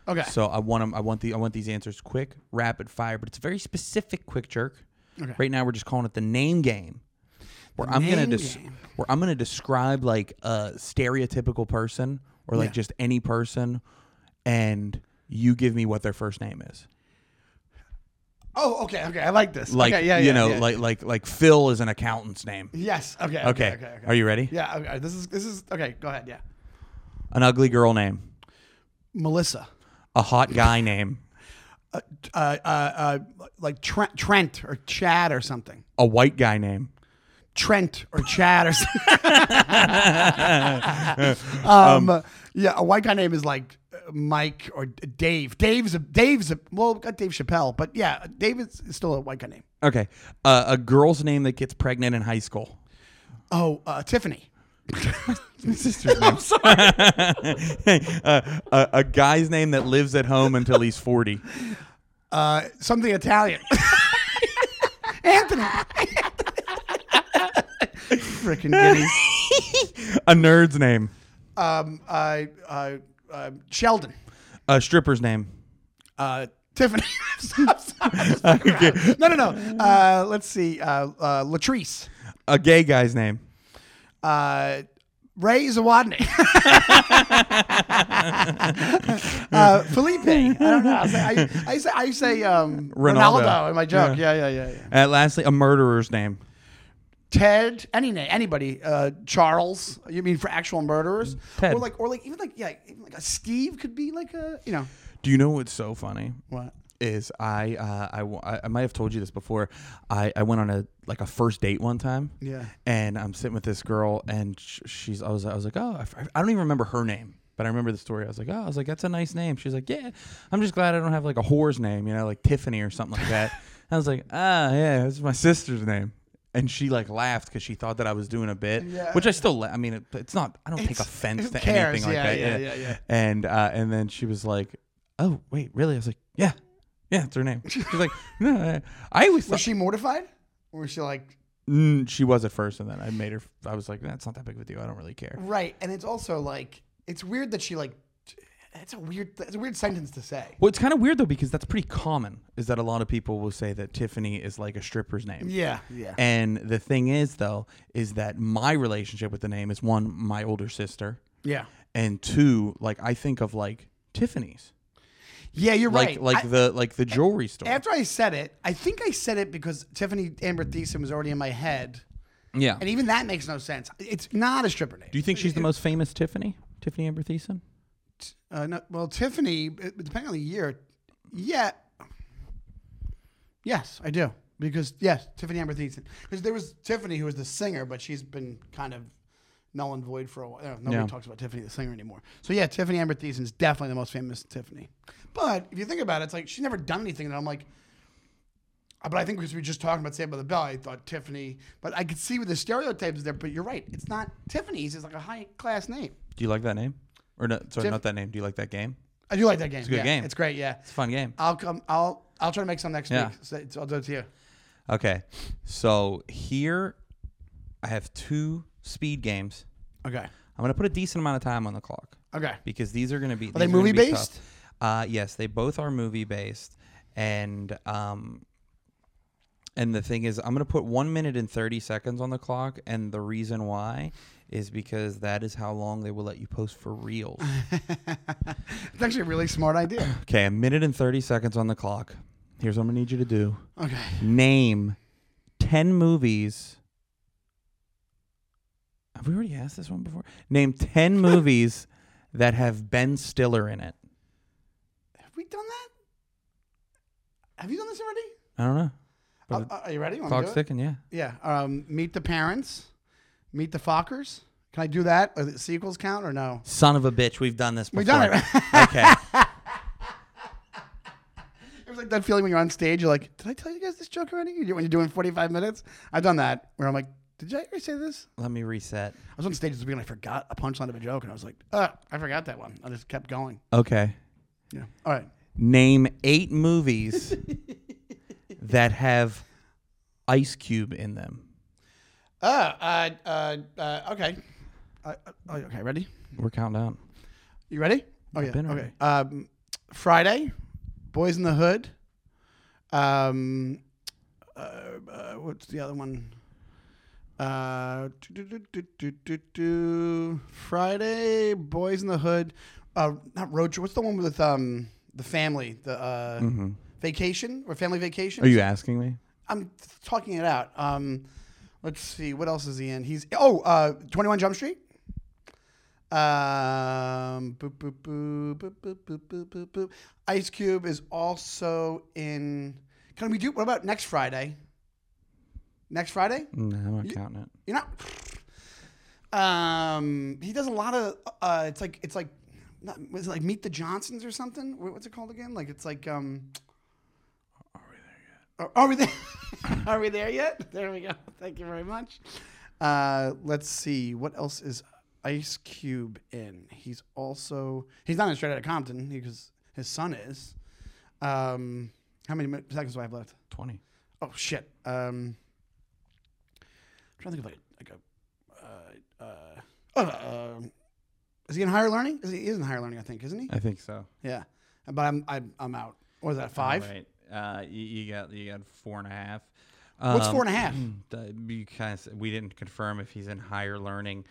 B: Okay.
A: So I want 'em- I want the. I want these answers quick, rapid fire. But it's a very specific quick jerk.
B: Okay.
A: Right now we're just calling it the name game, where I'm gonna
B: name
A: des-
B: game.
A: where I'm gonna describe like a stereotypical person or like
B: Yeah.
A: just any person, and you give me what their first name is.
B: Oh, okay, okay. I like this.
A: Like
B: okay, yeah,
A: you
B: yeah,
A: know,
B: yeah.
A: like like like Phil is an accountant's name.
B: yes. Okay.
A: Okay.
B: Okay. Okay. okay.
A: Are you ready?
B: yeah. Okay. This is this is okay. Go ahead. Yeah.
A: An ugly girl name.
B: Melissa,
A: A hot guy name.
B: uh, uh, uh, like Trent, Trent or Chad or something.
A: A white guy name.
B: Trent or Chad or something. um, yeah, a white guy name is like uh, Mike or Dave. Dave's a Dave's a well, we got Dave Chappelle, but yeah, Dave is is still a white guy name.
A: Okay. Uh, a girl's name that gets pregnant in high school.
B: Oh, uh, Tiffany.
A: Sister's name. uh, a, a guy's name that lives at home until he's 40.
B: Uh, something Italian. Anthony. Freaking goodies.
A: A nerd's name.
B: Um, I, I, uh, Sheldon.
A: A stripper's name.
B: Uh, Tiffany. I'm sorry, I'm just fucking around. No, no, no. Uh, let's see. Uh, uh, Latrice.
A: A gay guy's name.
B: uh, Ray Zawadny. uh, Felipe. I don't know. I say, I, I say, I say um,
A: Ronaldo.
B: Ronaldo. in my joke. Yeah. yeah, yeah, yeah,
A: And lastly, a murderer's name.
B: Ted, any name, anybody. Uh, Charles. You mean for actual murderers?
A: Ted.
B: Or like, or like, even like, yeah, even like a Steve could be like a, you know,
A: Do you know what's so funny?
B: what?
A: is I uh, I w- I I might have told you this before. I, I went on a like a first date one time.
B: Yeah.
A: And I'm sitting with this girl, and sh- she's I was I was like oh I, f- I don't even remember her name, but I remember the story. I was like oh I was like that's a nice name. She's like yeah, I'm just glad I don't have like a whore's name, you know, like Tiffany or something like that. I was like ah yeah, that's my sister's name. And she like laughed because she thought that I was doing a bit,
B: Yeah.
A: which I still. La- I mean, it, it's not. I don't take
B: It's-
A: offense
B: who
A: to
B: cares?
A: anything like
B: Yeah,
A: that.
B: yeah, yeah, yeah.
A: And uh, and then she was like, "Oh wait, really?" I was like, "Yeah, yeah, it's her name." She's like, "No, I, I always
B: Was
A: thought she,
B: she mortified? Or was she like,
A: mm, she was at first, and then I made her. I was like, that's not that big of a deal. I don't really care."
B: right? And it's also like, it's weird that she like, that's a weird, that's a weird sentence to say.
A: Well, it's kind of weird though because that's pretty common. Is that a lot of people will say that Tiffany is like a stripper's name.
B: Yeah, yeah.
A: And the thing is though, is that my relationship with the name is one, my older sister,
B: Yeah.
A: and two, like I think of like Tiffany's,
B: Yeah, you're
A: like
B: right.
A: like
B: I-
A: the like the jewelry store.
B: after I said it, I think I said it because Tiffany Amber Thiessen was already in my head,
A: yeah.
B: and even that makes no sense. It's not a stripper name.
A: Do you think she's the most famous Tiffany? Tiffany Amber Thiessen?
B: Uh, no, well, Tiffany, it- depending on the year, yeah, yes, I do because yes, Tiffany Amber Thiessen because there was Tiffany who was the singer, but she's been kind of null and void for a while. Uh, Nobody
A: Yeah.
B: talks about Tiffany the singer anymore. So yeah, Tiffany Amber Thiessen is definitely the most famous Tiffany. But if you think about it, it's like she's never done anything that I'm like. uh, But I think because we were just talking about Saved by the Bell, I thought Tiffany. But I could see with the stereotypes there. But you're right; it's not Tiffany's. It's like a high class name.
A: Do you like that name? Or no, sorry,
B: Tiff-
A: not that name. Do you like that game?
B: I do like that game. It's
A: a good
B: yeah,
A: game.
B: It's great. Yeah,
A: It's a fun game.
B: I'll come. I'll I'll try to make some next
A: Yeah.
B: week. So it's- I'll do it to you.
A: Okay. So here I have two speed games.
B: Okay.
A: I'm going to put a decent amount of time on the clock
B: Okay.
A: because these are going to be.
B: Are they
A: these gonna be
B: movie-based?
A: tough. Uh, yes, they both are movie based. And um, And the thing is, I'm going to put one minute and 30 seconds on the clock. And the reason why is because that is how long they will let you post for reels.
B: It's actually a really smart idea.
A: okay, a minute and 30 seconds on the clock. Here's what I'm going to need you to do
B: Okay.
A: name 10 movies. Have we already asked this one before? Name 10 movies that have Ben Stiller in it.
B: Have we done that? Have you done this already?
A: I don't know. But
B: Uh, uh, are you ready? Wanna
A: Clock's
B: do it?
A: ticking, yeah.
B: Yeah. Um, meet the parents. Meet the Fockers. Can I do that? Or the sequels count or no?
A: Son of a bitch, we've done this before.
B: We've done
A: okay.
B: It was like that feeling when you're on stage. You're like, did I tell you guys this joke already? You do- When you're doing 45 minutes, I've done that where I'm like, did I already say this?
A: Let me reset.
B: I was on stage this week and I forgot a punchline of a joke, and I was like, oh, I forgot that one. I just kept going.
A: Okay.
B: Yeah. All right.
A: Name eight movies that have Ice Cube in them.
B: Oh, uh, uh, uh, okay. Uh, uh, okay, ready?
A: We're counting down.
B: You ready? Oh, yeah.
A: been
B: Okay. Um, Friday, Boys in the Hood. Um, uh, uh, what's the other one? Uh, do, do, do, do, do, do, do. Friday, Boys in the Hood. Uh, not Road Trip. What's the one with um the family? The uh, Vacation or Family Vacation?
A: Are you asking me?
B: I'm talking it out. Um, let's see, what else is he in? He's oh, uh, 21 Jump Street. Um, boop, boop, boop, boop, boop, boop, boop, boop, boop. Ice Cube is also in. Can we do? What about next Friday? Next Friday?
A: No, I'm not counting it.
B: You're not. Um, he does a lot of. Uh, it's like it's like, not, was it like Meet the Johnsons or something? Wha- What's it called again? Like it's like um. Are, are we there? are we there yet? There we go. Thank you very much. Uh, let's see what else is Ice Cube in. He's also he's not in Straight Outta Compton because his son is. Um, how many mi- seconds do I have left?
A: Twenty.
B: Oh shit. Um, I'm trying to think of like a, like a uh, uh, uh, is he in higher learning? Is he, he is in higher learning? I think isn't he?
A: I think so.
B: Yeah, but I'm I'm, I'm out. What is that five?
A: All right. Uh, you, you got you got four and a half.
B: What's four and a
A: Um,
B: half?
A: the- you kind of, we didn't confirm if he's in higher learning.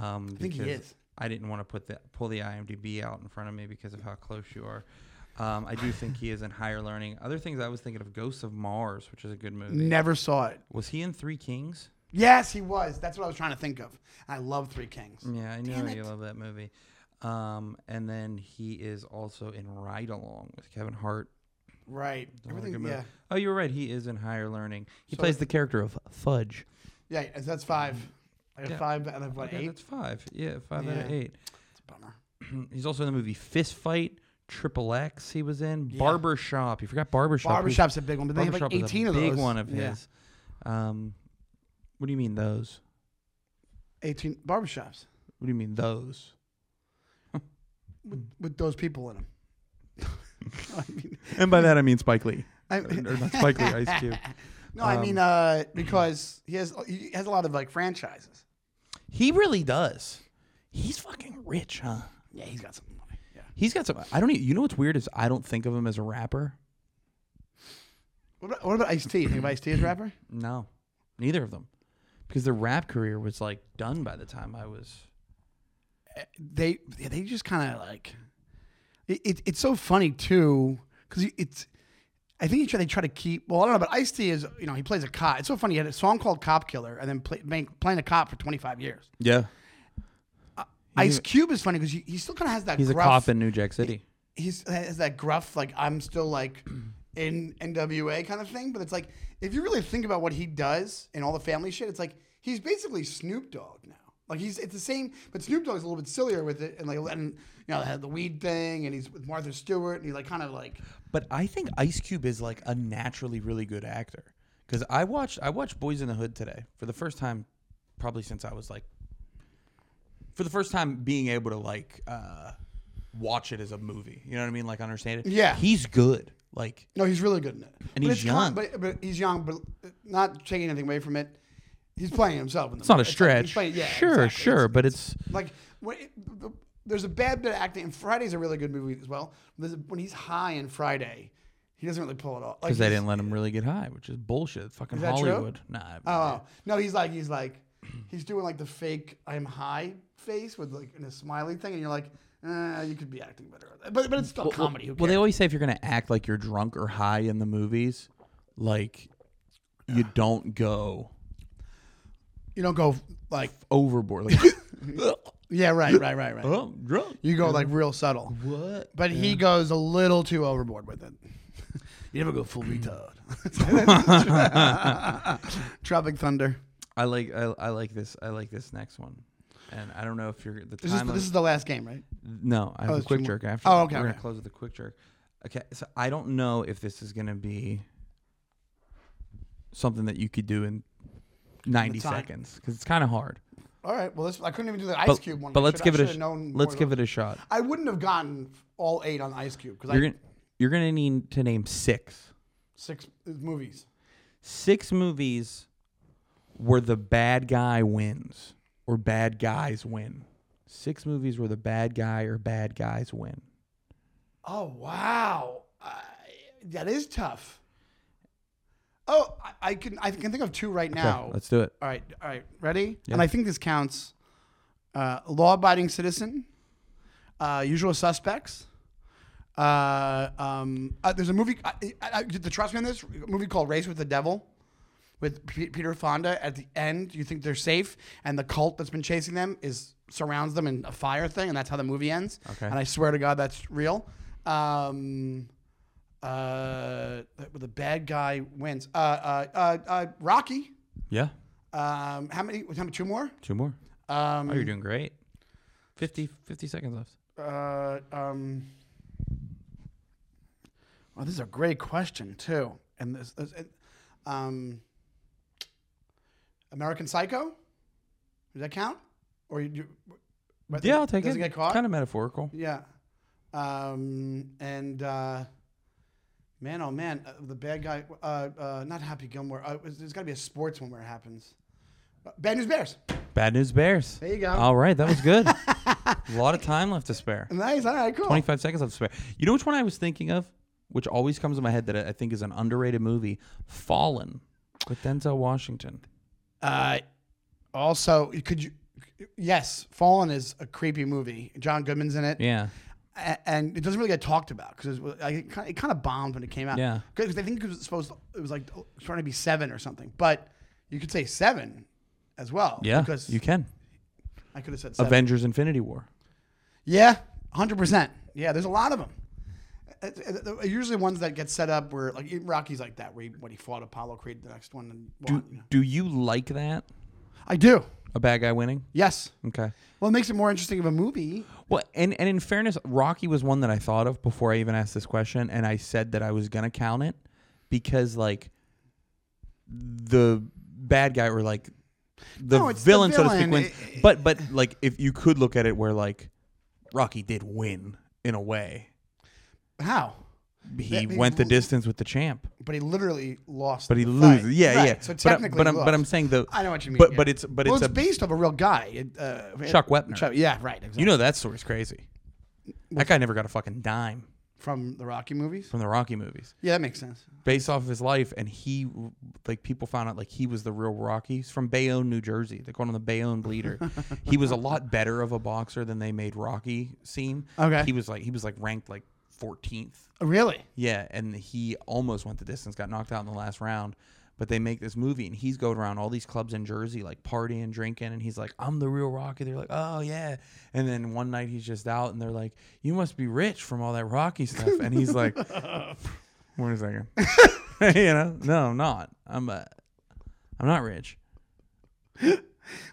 A: Um, I
B: think he is.
A: I didn't want to put the pull the IMDb out in front of me because of how close you are. Um, I do think he is in higher learning. Other things I was thinking of: Ghosts of Mars, which is a good movie.
B: Never saw it.
A: Was he in Three Kings?
B: Yes, he was. That's what I was trying to think of. I love Three Kings.
A: Yeah, I
B: Damn
A: know you
B: it.
A: love that movie. Um, and then he is also in Ride Along with Kevin Hart.
B: Right.
A: Another
B: Everything.
A: good movie.
B: Yeah.
A: Oh, you were right. He is in higher learning. He
B: So-
A: plays the character of Fudge.
B: Yeah. yeah, That's five. I got
A: Yeah.
B: five out of what
A: Okay,
B: eight?
A: That's five. Yeah, five out of
B: Yeah.
A: eight.
B: That's a bummer.
A: He's also in the movie Fist Fight, Triple X. He was in
B: Yeah.
A: Barbershop. You forgot Barbershop. He's-
B: Barbershop's a big one, but they have like
A: Barbershop was
B: eighteen
A: a
B: of
A: big
B: those.
A: one of
B: Yeah,
A: his. Um, what do you mean those?
B: Eighteen barbershops
A: What do you mean those?
B: with, with those people in them. I mean,
A: And by that I mean Spike Lee,
B: I,
A: not Spike Lee, Ice Cube.
B: no, I mean uh, because he has he has a lot of like franchises.
A: He really does. He's fucking rich, huh?
B: Yeah, he's got some money. Yeah.
A: He's got some. I don't. Even, you know what's weird is I don't think of him as a rapper.
B: What about, what about Ice T? You think of Ice T as a rapper?
A: No, neither of them, because their rap career was like done by the time I was.
B: Uh, They yeah, they just kind of like it, it, It's so funny too because it's. I think he try, they try to keep. Well, I don't know, but Ice T is you know he plays a cop. It's so funny. He had a song called "Cop Killer" and then play, make, playing a cop for twenty five years.
A: Yeah,
B: Ice Cube is funny because he, he still kind of has that.
A: he's a
B: gruff,
A: cop in New Jack City.
B: He's has that gruff like I'm still like in NWA kind of thing. But it's like if you really think about what he does and all the family shit, it's like he's basically Snoop Dogg now. Like he's it's the same, but Snoop Dogg's a little bit sillier with it and like and you know had the weed thing and he's with Martha Stewart and he's like kind of like
A: But I think Ice Cube is like a naturally really good actor. Because I watched I watched Boys in the Hood today for the first time, probably since I was like, for the first time being able to like uh, watch it as a movie. You know what I mean? Like understand it.
B: Yeah.
A: he's good. Like
B: no, he's really good in it.
A: And
B: But
A: he's
B: it's kind-
A: young.
B: but, but he's young, but not taking anything away from it. He's playing himself. In the
A: it's not a
B: movie. like he's
A: stretch.
B: playing- yeah,
A: sure,
B: exactly.
A: sure, but it's
B: Like when it, the, there's a bad bit of acting, and Friday's a really good movie as well. There's a, when he's high in Friday, he doesn't really pull it off. Like
A: because they
B: he's-
A: didn't let him really get high, which is bullshit. Fucking
B: Is that true?
A: Hollywood. Nah.
B: Oh no, he's like he's like he's doing like the fake I'm high face with like in a smiley thing, and you're like, uh, you could be acting better, but but it's still comedy. Who
A: Well, they
B: cares?
A: always say if you're going to act like you're drunk or high in the movies, like you don't go
B: you don't go like
A: overboard. Like,
B: yeah, right, right, right, right.
A: Oh, drunk.
B: You go like real subtle,
A: What?
B: but he goes a little too overboard with it. You never go full retard. Tropic Thunder.
A: I like I, I like this I like this next one, and I don't know if you're the
B: This is,
A: time.
B: this is the last game, right?
A: limit- no, I have a
B: there's two
A: quick
B: more.
A: jerk after.
B: Oh,
A: that.
B: okay,
A: We're
B: okay.
A: gonna close with a quick jerk. Okay, so I don't know if this is gonna be something that you could do in ninety
B: time.
A: seconds because it's kind of hard.
B: All right. Well, this, I couldn't even do the Ice
A: But,
B: Cube one.
A: but
B: I
A: let's
B: should- I
A: give it a
B: should have
A: sh-
B: known
A: let's
B: more
A: give
B: than-
A: it a shot.
B: I wouldn't have gotten all eight on Ice Cube because I
A: You're gonna you're gonna need to name six
B: six uh, movies.
A: six movies where the bad guy wins or bad guys win. Six movies where the bad guy or bad guys win.
B: Oh wow, I, that is tough. Oh, I, I can I can think of two right now.
A: Okay, let's do it.
B: all right, all right, ready? And I think this counts. Uh, law-abiding citizen, uh, usual suspects. Uh, um, uh, there's a movie. I, I, I, the trust me on this a movie called Race with the Devil, with P- Peter Fonda. At the end, you think they're safe, and the cult that's been chasing them is surrounds them in a fire thing, and that's how the movie ends.
A: Okay.
B: And I swear to God, that's real. Um, uh, the- the bad guy wins. Uh, uh, uh, uh Rocky.
A: Yeah.
B: Um, how many? How many? Two more.
A: Two more.
B: Um,
A: Oh, you're doing great. 50, 50 seconds left.
B: uh, um, well, this is a great question too. And this, this it, um, American Psycho, does that count? Or you, you but
A: Yeah, I'll take
B: doesn't
A: it.
B: get caught.
A: Kind of metaphorical.
B: Yeah, um, and uh, man, oh man, uh, the bad guy. Uh, uh, not Happy Gilmore. Uh, there's got to be a sports one where it happens. Uh, Bad News Bears.
A: Bad news bears.
B: There you go.
A: All right, that was good. a lot of time left to spare.
B: Nice. All right. Cool.
A: 25 seconds left to spare. You know which one I was thinking of, which always comes in my head that I I think is an underrated movie, Fallen, with Denzel Washington.
B: Uh, also, could you? Yes, Fallen is a creepy movie. John Goodman's in it,
A: Yeah.
B: A- and it doesn't really get talked about because it kind of bombed when it came out.
A: Yeah.
B: because I think it was supposed it was like trying to be seven or something, but you could say seven as well.
A: Yeah.
B: because
A: you can.
B: I could have said seven.
A: Avengers Infinity War.
B: Yeah, hundred percent. Yeah, there's a lot of Uh, them. It- it- it- Usually, ones that get set up where like Rocky's like that, where he, when he fought Apollo, created the next one and
A: Do,
B: won.
A: do you like that?
B: I do.
A: A bad guy winning?
B: Yes.
A: Okay.
B: Well, it makes it more interesting of a movie.
A: Well, and, and in fairness, Rocky was one that I thought of before I even asked this question, and I said that I was gonna count it because like the bad guy or like the,
B: No, it's the
A: villain, so to speak
B: villain.
A: wins.
B: It-
A: But but like if you could look at it where like Rocky did win in a way.
B: How?
A: He
B: That-
A: went the distance with the champ.
B: But he literally lost.
A: But he
B: the
A: loses.
B: fight.
A: Yeah,
B: Right,
A: yeah.
B: So
A: But I-
B: technically,
A: but
B: he
A: I'm, but,
B: lost.
A: I'm saying the
B: I know what you mean.
A: but
B: yeah.
A: but it's but
B: well,
A: it's,
B: it's
A: a
B: based off a real guy. It, uh,
A: Chuck Wepner.
B: Chuck- yeah, right. Exactly.
A: you know that story's crazy. That guy never got a fucking dime
B: from the Rocky movies.
A: from the Rocky movies.
B: Yeah, that makes sense.
A: based off of his life, and he like people found out like he was the real Rocky. He's from Bayonne, New Jersey. They call him the Bayonne Bleeder. he was a lot better of a boxer than they made Rocky seem.
B: Okay.
A: he was like he was like ranked like 14th.
B: Oh, really?
A: Yeah, and he almost went the distance, got knocked out in the last round. But they make this movie, and he's going around all these clubs in Jersey, like partying, drinking, and he's like, "I'm the real Rocky." They're like, "Oh yeah," and then one night he's just out, and they're like, "You must be rich from all that Rocky stuff," and he's like, Wait a second. you know, no, I'm not. I'm uh, I'm not rich.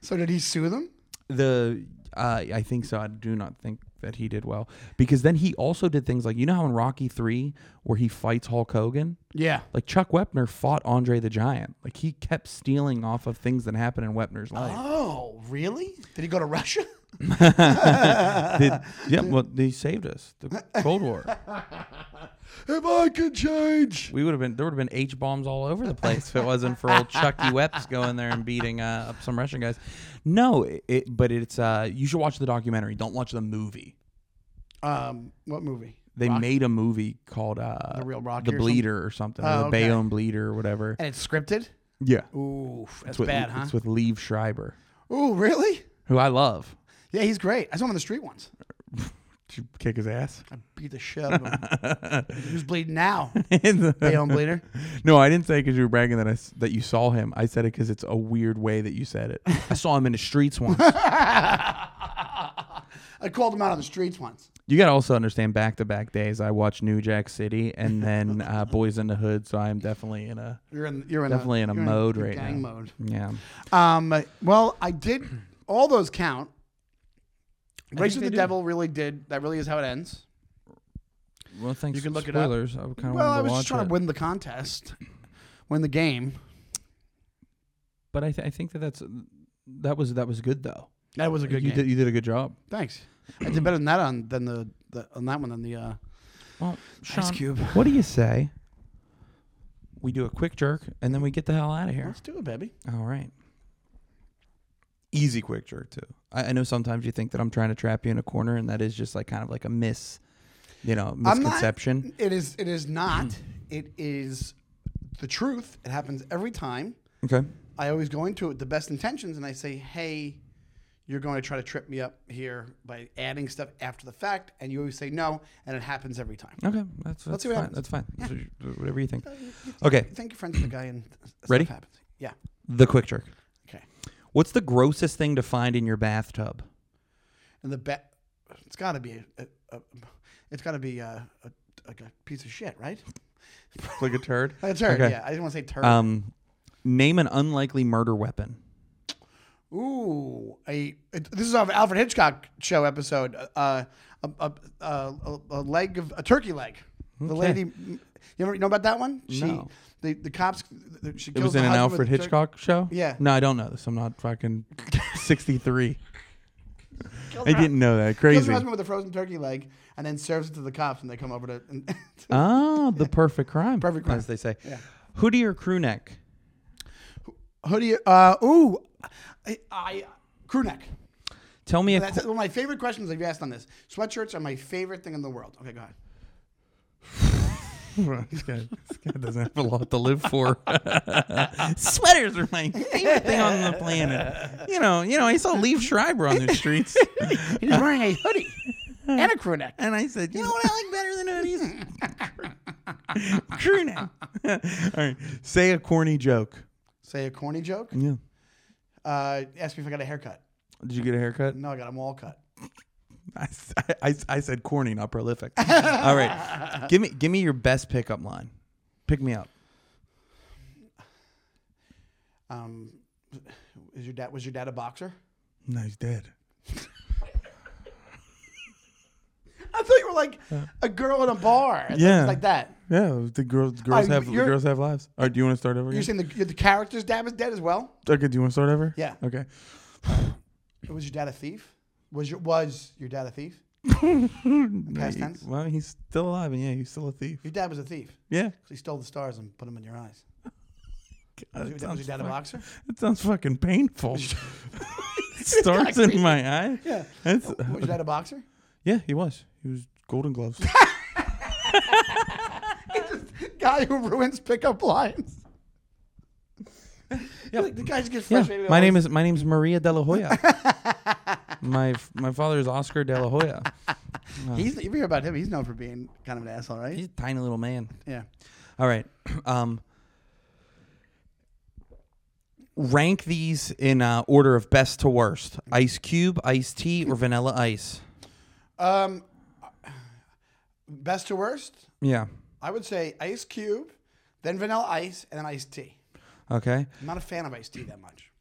B: So did he sue them?
A: The uh, I think so. I do not think that he did well because then he also did things like you know how in Rocky Three where he fights Hulk Hogan,
B: Yeah.
A: like Chuck Wepner fought Andre the Giant. Like he kept stealing off of things that happened in Wepner's life.
B: Oh, really? Did he go to Russia? Ah.
A: Did- yeah, well, they saved us the Cold War.
B: if I could change.
A: We would have been there would have been H bombs all over the place if it wasn't for old Chucky Weps going there and beating uh, up some Russian guys. No, it, it- but it's uh, you should watch the documentary. Don't watch the movie.
B: Um, what movie?
A: They made a movie called uh,
B: The Real Rocky
A: The
B: or something?
A: Bleeder or something, or
B: Oh,
A: the
B: okay.
A: Bayonne Bleeder or whatever.
B: And it's scripted.
A: Yeah,
B: Ooh, that's
A: it's with,
B: bad, huh?
A: It's with Liev Schreiber,
B: Ooh, really?
A: who I love.
B: Yeah, he's great. I saw him on the street once.
A: Did you kick his ass?
B: I beat the shit out of him. Who's bleeding now? Bayonne bleeder.
A: no, I didn't say because you were bragging that I s- that you saw him. I said it because it's a weird way that you said it. I saw him in the streets once.
B: I called him out on the streets once.
A: You gotta also understand back to back days. I watch New Jack City and then uh, Boys in the Hood, so I am definitely in a
B: You're in. You're in
A: definitely
B: a,
A: in a
B: you're
A: mode
B: you're
A: right
B: gang
A: now.
B: mode.
A: Yeah,
B: Um. Well, I did. All those count. Race with
A: think they
B: the
A: do.
B: Devil really did. That really is how it ends.
A: well, thanks.
B: You can
A: for
B: look it up.
A: spoilers. I kind of
B: Well, I
A: to
B: was
A: watch
B: just trying
A: it.
B: to win the contest, win the game.
A: but I, th- I think that that's that was that was good though.
B: That was a good
A: you
B: game.
A: did you did a good job.
B: Thanks. I did better than that on than the, the on that one than the uh,
A: Well,
B: Ice Cube.
A: what do you say? We do a quick jerk and then we get the hell out of here.
B: Let's do it, baby.
A: All right. Easy quick jerk too. I, I know sometimes you think that I'm trying to trap you in a corner, and that is just like kind of like a miss, you know,
B: not-
A: misconception.
B: It is. It is not. it is the truth. It happens every time.
A: okay.
B: I always go into it with the best intentions and I say, hey, you're going to try to trip me up here by adding stuff after the fact. And you always say no, and it happens every time.
A: Okay, that's, that's
B: see what
A: fine.
B: happens.
A: That's fine. That's what- Whatever you think. Okay,
B: Thank you, friends of the guy, and stuff
A: Ready?
B: happens. Yeah.
A: the quick jerk.
B: Okay.
A: What's the grossest thing to find in your bathtub?
B: and the bet. It's got to be a, a, a it's got to be a, a, like a piece of shit, right?
A: Like a turd.
B: Like a turd.
A: Okay.
B: Yeah, I didn't want to say turd.
A: Um, name an unlikely murder weapon.
B: Ooh, a it, this is off an Alfred Hitchcock show episode. Uh, a, a, a, a leg of a turkey leg. The
A: Okay.
B: lady, you ever know about that one?
A: No.
B: She, the, the cops. the- She
A: It
B: kills
A: was
B: the
A: in an
B: husband with
A: Alfred
B: a turkey-
A: Hitchcock show.
B: Yeah.
A: No, I don't know this. I'm not fucking 63.
B: kills
A: I
B: her-
A: didn't know that.
B: Kills her
A: Crazy.
B: husband with a frozen turkey leg, and then serves it to the cops, and they come over to. And
A: Oh, the perfect crime.
B: Perfect crime.
A: as they say.
B: Yeah.
A: Hoodie or crew neck?
B: hoodie. Uh, ooh, I, I crew neck.
A: Tell me a
B: That's
A: qu-
B: one of my favorite questions I've asked on this. Sweatshirts are my favorite thing in the world. Okay, go ahead.
A: this, guy, this guy doesn't have a lot to live for. Sweaters are my favorite thing on the planet. You know, you know, I saw Leaf Schreiber on the streets,
B: He's wearing a hoodie and a crew neck.
A: and I said, you know what I like better than hoodies? Crew neck. All right, say a corny joke.
B: Say a corny joke.
A: Yeah.
B: Uh, ask me if I got a haircut.
A: Did you get a haircut?
B: No, I got a mall cut.
A: I, I, I said corny, not prolific. All right, give me give me your best pickup line. Pick me up.
B: Um, is your dad was your dad a boxer?
A: No, he's dead.
B: I thought you were like a girl in a bar. and
A: Yeah.
B: things like that.
A: Yeah, the girls girls
B: I-
A: have the
B: you're-
A: girls have lives. All right, do you want to start over?
B: You're
A: Again?
B: saying the, the character's dad was dead as well.
A: Okay, do you want to start over?
B: Yeah.
A: Okay.
B: Was your dad a thief? Was your was your dad a thief? Past
A: He-
B: tense.
A: Well, he's still alive, and yeah, he's still a thief.
B: Your dad was a thief.
A: Yeah.
B: 'Cause He stole the stars and put them in your eyes. Was,
A: God, that,
B: your- was
A: sounds
B: your dad a
A: fuck-
B: boxer?
A: that sounds fucking painful. Starts in my eye.
B: Yeah.
A: That's,
B: Was your dad a boxer?
A: yeah, he was. He was Golden Gloves.
B: Guy who ruins pickup lines. Yeah. Like, the guy just gets frustrated. Oh, with
A: yeah. My
B: all
A: name
B: this-
A: is my name's Maria De La Hoya. my f- my father is Oscar De La Hoya.
B: He's you hear about him. He's known for being kind of an asshole, right?
A: He's a tiny little man.
B: yeah.
A: All right. Um, rank these in uh, order of best to worst: Ice Cube, Iced Tea, or Vanilla Ice.
B: Um, best to worst,
A: Yeah.
B: I would say Ice Cube, then Vanilla Ice, and then Iced Tea.
A: Okay.
B: I'm not a fan of Ice Tea that much.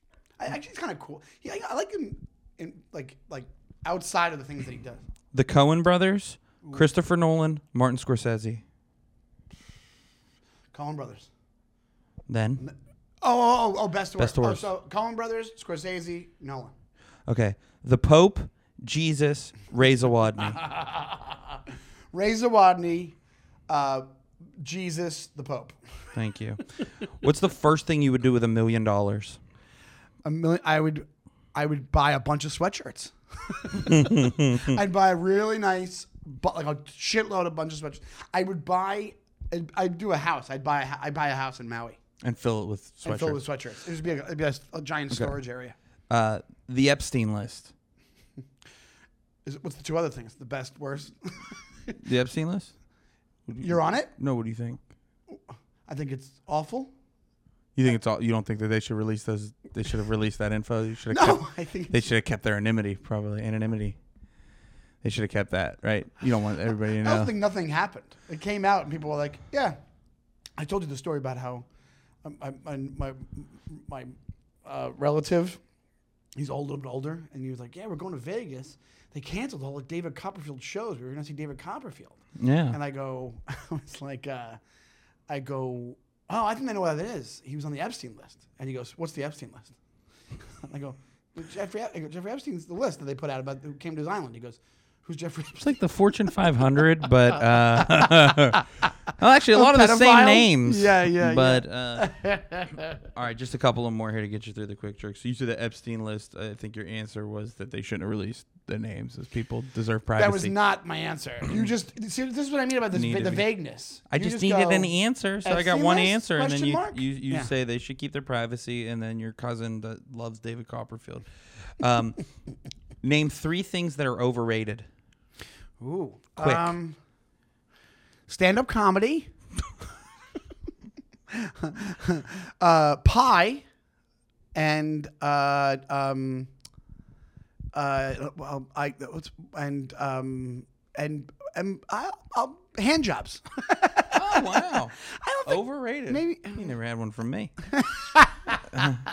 B: I actually it's kind of cool. Yeah, I, I like him in like like outside of the things that he does.
A: The Cohen brothers, Christopher Nolan, Martin Scorsese.
B: Coen Brothers.
A: Then,
B: Oh, oh, oh, oh best to
A: Best
B: worst.
A: to
B: Oh,
A: worst.
B: so Coen Brothers, Scorsese, Nolan.
A: okay, the Pope, Jesus, Ray Zawadny.
B: Ah. Ray Zawadny, uh, Jesus, the Pope.
A: Thank you. What's the first thing you would do with a million dollars?
B: A million. I would, I would buy a bunch of sweatshirts. I'd buy a really nice, bu- like a shitload of bunch of sweatshirts. I would buy. I'd, I'd do a house. I'd buy. A, hou- I'd buy a house in Maui
A: And fill it with
B: and fill it
A: sweatshirts.
B: with sweatshirts. It'd be a, it'd be a, a giant storage area.
A: Uh, the Epstein list.
B: Is, what's the two other things? The best, worst.
A: The Epstein list?
B: You're on it.
A: No, what do you think?
B: I think it's awful.
A: You think it's all? You don't think that they should release those? They should have released that info. You should have.
B: No,
A: Kept,
B: I think
A: they should have kept their anonymity, probably anonymity. They should have kept that, right? You don't want everybody to
B: I don't
A: know.
B: think nothing happened. It came out, and people were like, "Yeah, I told you the story about how um, I, my my my uh, relative, he's older and older, and he was like, "Yeah, we're going to Vegas. They canceled all the David Copperfield shows. We were going to see David Copperfield."
A: Yeah.
B: And I go, I was like, uh, I go, oh, I think I know what that is. He was on the Epstein list. And he goes, what's the Epstein list? And I go, Jeffrey, Ep- I go, Jeffrey Epstein's the list that they put out about who came to his island. He goes, who's Jeffrey
A: It's
B: Epstein?
A: like the Fortune 500, but uh, well, actually a lot of the same
B: Oh, pedophiles?
A: names.
B: Yeah, yeah, yeah.
A: But Uh, all right, just a couple of more here to get you through the quick jerk. So you said the Epstein list. I think your answer was that they shouldn't have released the names, as people deserve privacy.
B: That was not my answer. You just, see, this is what I mean about this,
A: Needed
B: va- the
A: me.
B: vagueness.
A: I
B: You
A: just, needed
B: go,
A: an e- answer, so I got
B: Epstein
A: one
B: list?
A: answer, and then
B: Question
A: you
B: mark?
A: you, you
B: Yeah.
A: say they should keep their privacy, and then your cousin that loves David Copperfield. Um, name three things that are overrated.
B: Ooh.
A: Quick.
B: Um, Stand up comedy, uh, pie, and uh, um, uh, well, I what's- and um, and and I, I'll, hand jobs.
A: Oh wow!
B: I
A: Oh.
B: don't think
A: Overrated.
B: maybe-
A: you never had one from me. I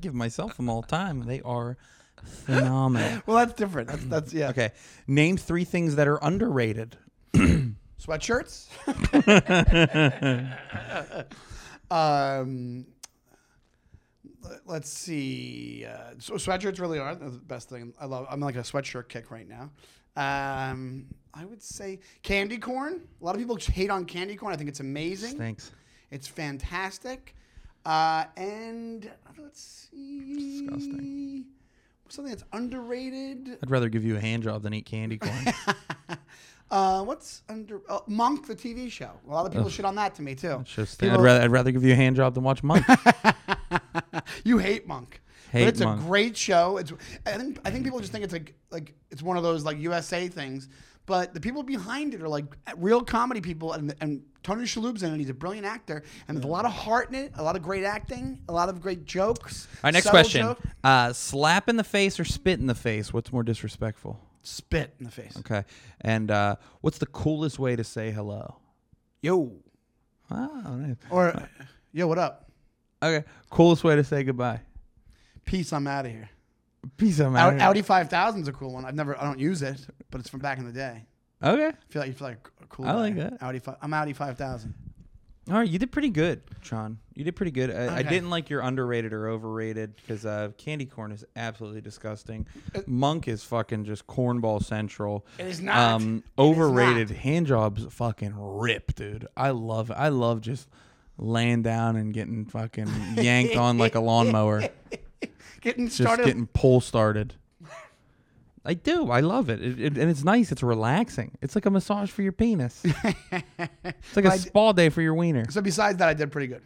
A: give myself them all the time. They are phenomenal.
B: Well, that's different. That's, that's yeah.
A: Okay, name three things that are underrated.
B: Sweatshirts. um, let- let's see. Uh, so sweatshirts really are the best thing. I love. I'm like a sweatshirt kick right now. Um, I would say candy corn. A lot of people hate on candy corn. I think it's amazing.
A: Thanks.
B: It's fantastic. Uh, and let's see.
A: Disgusting.
B: Something that's underrated.
A: I'd rather give you a hand job than eat candy corn.
B: Uh, what's under uh, Monk the TV show? A lot of people shit on that to me too.
A: It's just- I'd
B: People-
A: rather I'd rather give you a hand job than watch Monk.
B: you hate Monk.
A: Hate
B: but it's
A: Monk.
B: a great show. It's I think I think people just think it's like like it's one of those like USA things, but the people behind it are like real comedy people, and and Tony Shalhoub's in it. He's a brilliant actor, and there's a lot of heart in it, a lot of great acting, a lot of great jokes.
A: All right, next
B: subtle
A: question.
B: joke.
A: Uh, slap in the face or spit in the face? What's more disrespectful?
B: Spit in the face.
A: Okay. And uh, what's the coolest way to say hello?
B: Yo,
A: Oh, nice.
B: or yo, what up?
A: Okay. Coolest way to say goodbye.
B: Peace. I'm out of here.
A: Peace out,
B: Out, Audi 5000 is a cool one. I've never, I don't use it, but it's from back in the day.
A: Okay.
B: I feel like you feel like a cool.
A: I like
B: guy.
A: that.
B: Audi. Fi- I'm Audi 5000.
A: All right. You did pretty good, Sean. You did pretty good. I, I
B: Okay.
A: didn't like your underrated or overrated because uh, candy corn is absolutely disgusting. Monk is fucking just cornball central.
B: Uh,
A: Um,
B: It is not. It is
A: overrated hand jobs fucking rip, dude. I love I love just laying down and getting fucking yanked on like a lawnmower.
B: Getting
A: just
B: started.
A: getting pull started. I do. I love it. It, it. And it's nice. It's relaxing. It's like a massage for your penis. it's like a spa day for your wiener.
B: so besides that, I did pretty good.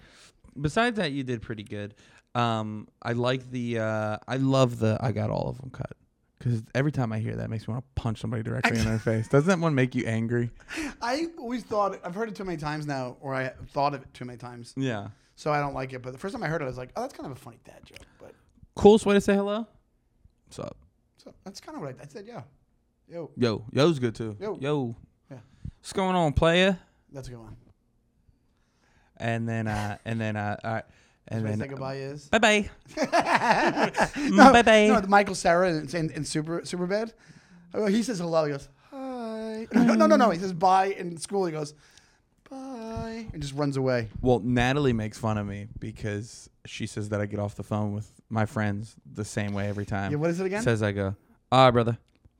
A: Besides that, you did pretty good. Um, I like the. Uh, I love the. I got all of them cut. Because every time I hear that, it makes me want to punch somebody directly in their face. Doesn't that one make you angry?
B: I always thought I've heard it too many times now, or I thought of it too many times,
A: Yeah.
B: so I don't like it. But the first time I heard it, I was like, oh, that's kind of a funny dad joke. But
A: Coolest way to say hello. What's up?
B: so that's kind of what I, I said. Yeah, yo,
A: Yo, yo's good too.
B: Yo.
A: Yo.
B: Yeah.
A: What's going on, player?
B: that's a good one.
A: And then, uh, and then, uh, all right. And
B: And
A: then,
B: say goodbye is
A: bye bye.
B: no,
A: bye-bye.
B: No, the Michael Sarah in, in, in Super Super Bad. He says hello. He goes hi. No, no, no, no. He says bye in school. He goes bye and just runs away.
A: Well, Natalie makes fun of me because she says that I get off the phone with my friends the same way every time.
B: Yeah, what is it again?
A: Says I go, all right, brother,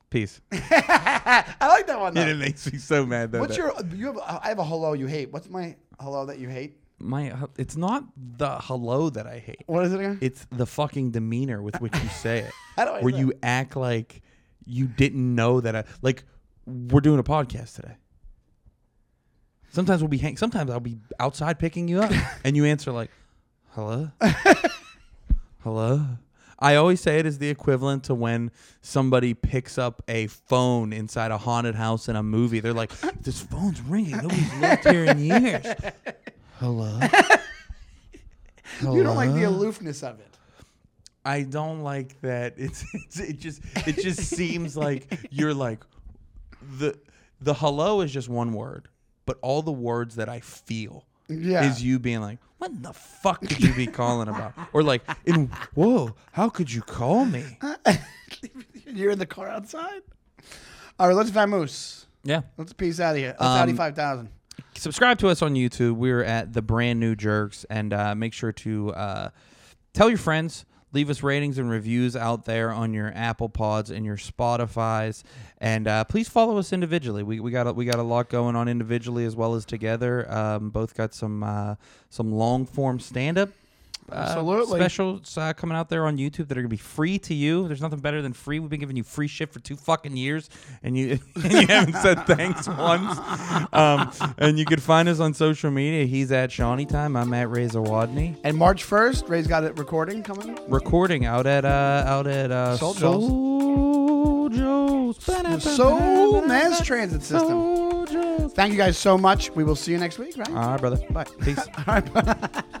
A: peace.
B: I like that one. Though.
A: it makes me so mad though.
B: What's
A: that-
B: your? You have. I have a hello you hate. What's my hello that you hate?
A: my? It's not the hello that I hate.
B: What is it again?
A: It's the fucking demeanor with which you say it.
B: How do I
A: where
B: say
A: you act like you didn't know that I like we're doing a podcast today. Sometimes we'll be hang- sometimes I'll be outside picking you up and you answer like hello. hello. I always say it is the equivalent to when somebody picks up a phone inside a haunted house in a movie. They're like, "This phone's ringing. Nobody's looked here in years." Hello.
B: You don't like the
A: Hello?
B: aloofness of it.
A: I don't like that. It's, it's it just it just seems like you're like the the hello is just one word, but all the words that I feel
B: Yeah.
A: is you being like, what the fuck could you be calling about? Or like, in, whoa, how could you call me?
B: You're in the car outside. All right, let's vamoose.
A: Yeah.
B: Let's peace out of here. Let's
A: Um,
B: Audi five thousand.
A: subscribe to us on YouTube. We're at the brand new jerks, and uh, make sure to uh, tell your friends. Leave us ratings and reviews out there on your Apple Pods and your Spotify's, and uh, please follow us individually. We, we got a, we got a lot going on individually as well as together. Um, both got some uh, some long form stand up.
B: Absolutely.
A: specials uh, coming out there on YouTube that are gonna be free to you. There's nothing better than free. We've been giving you free shit for two fucking years, and you and you haven't said thanks once. Um, and you can find us on social media. He's at Shawnee Time. I'm at Ray Zawadney.
B: And March first, Ray's got a recording coming.
A: Recording out at uh, out at uh,
B: Soul Joe's.
A: Soul Joe's.
B: Soul Mass Transit System.
A: Soul Joe's.
B: Thank you guys so much. We will see you next week, right?
A: All right, brother.
B: Bye.
A: Peace.
B: All right.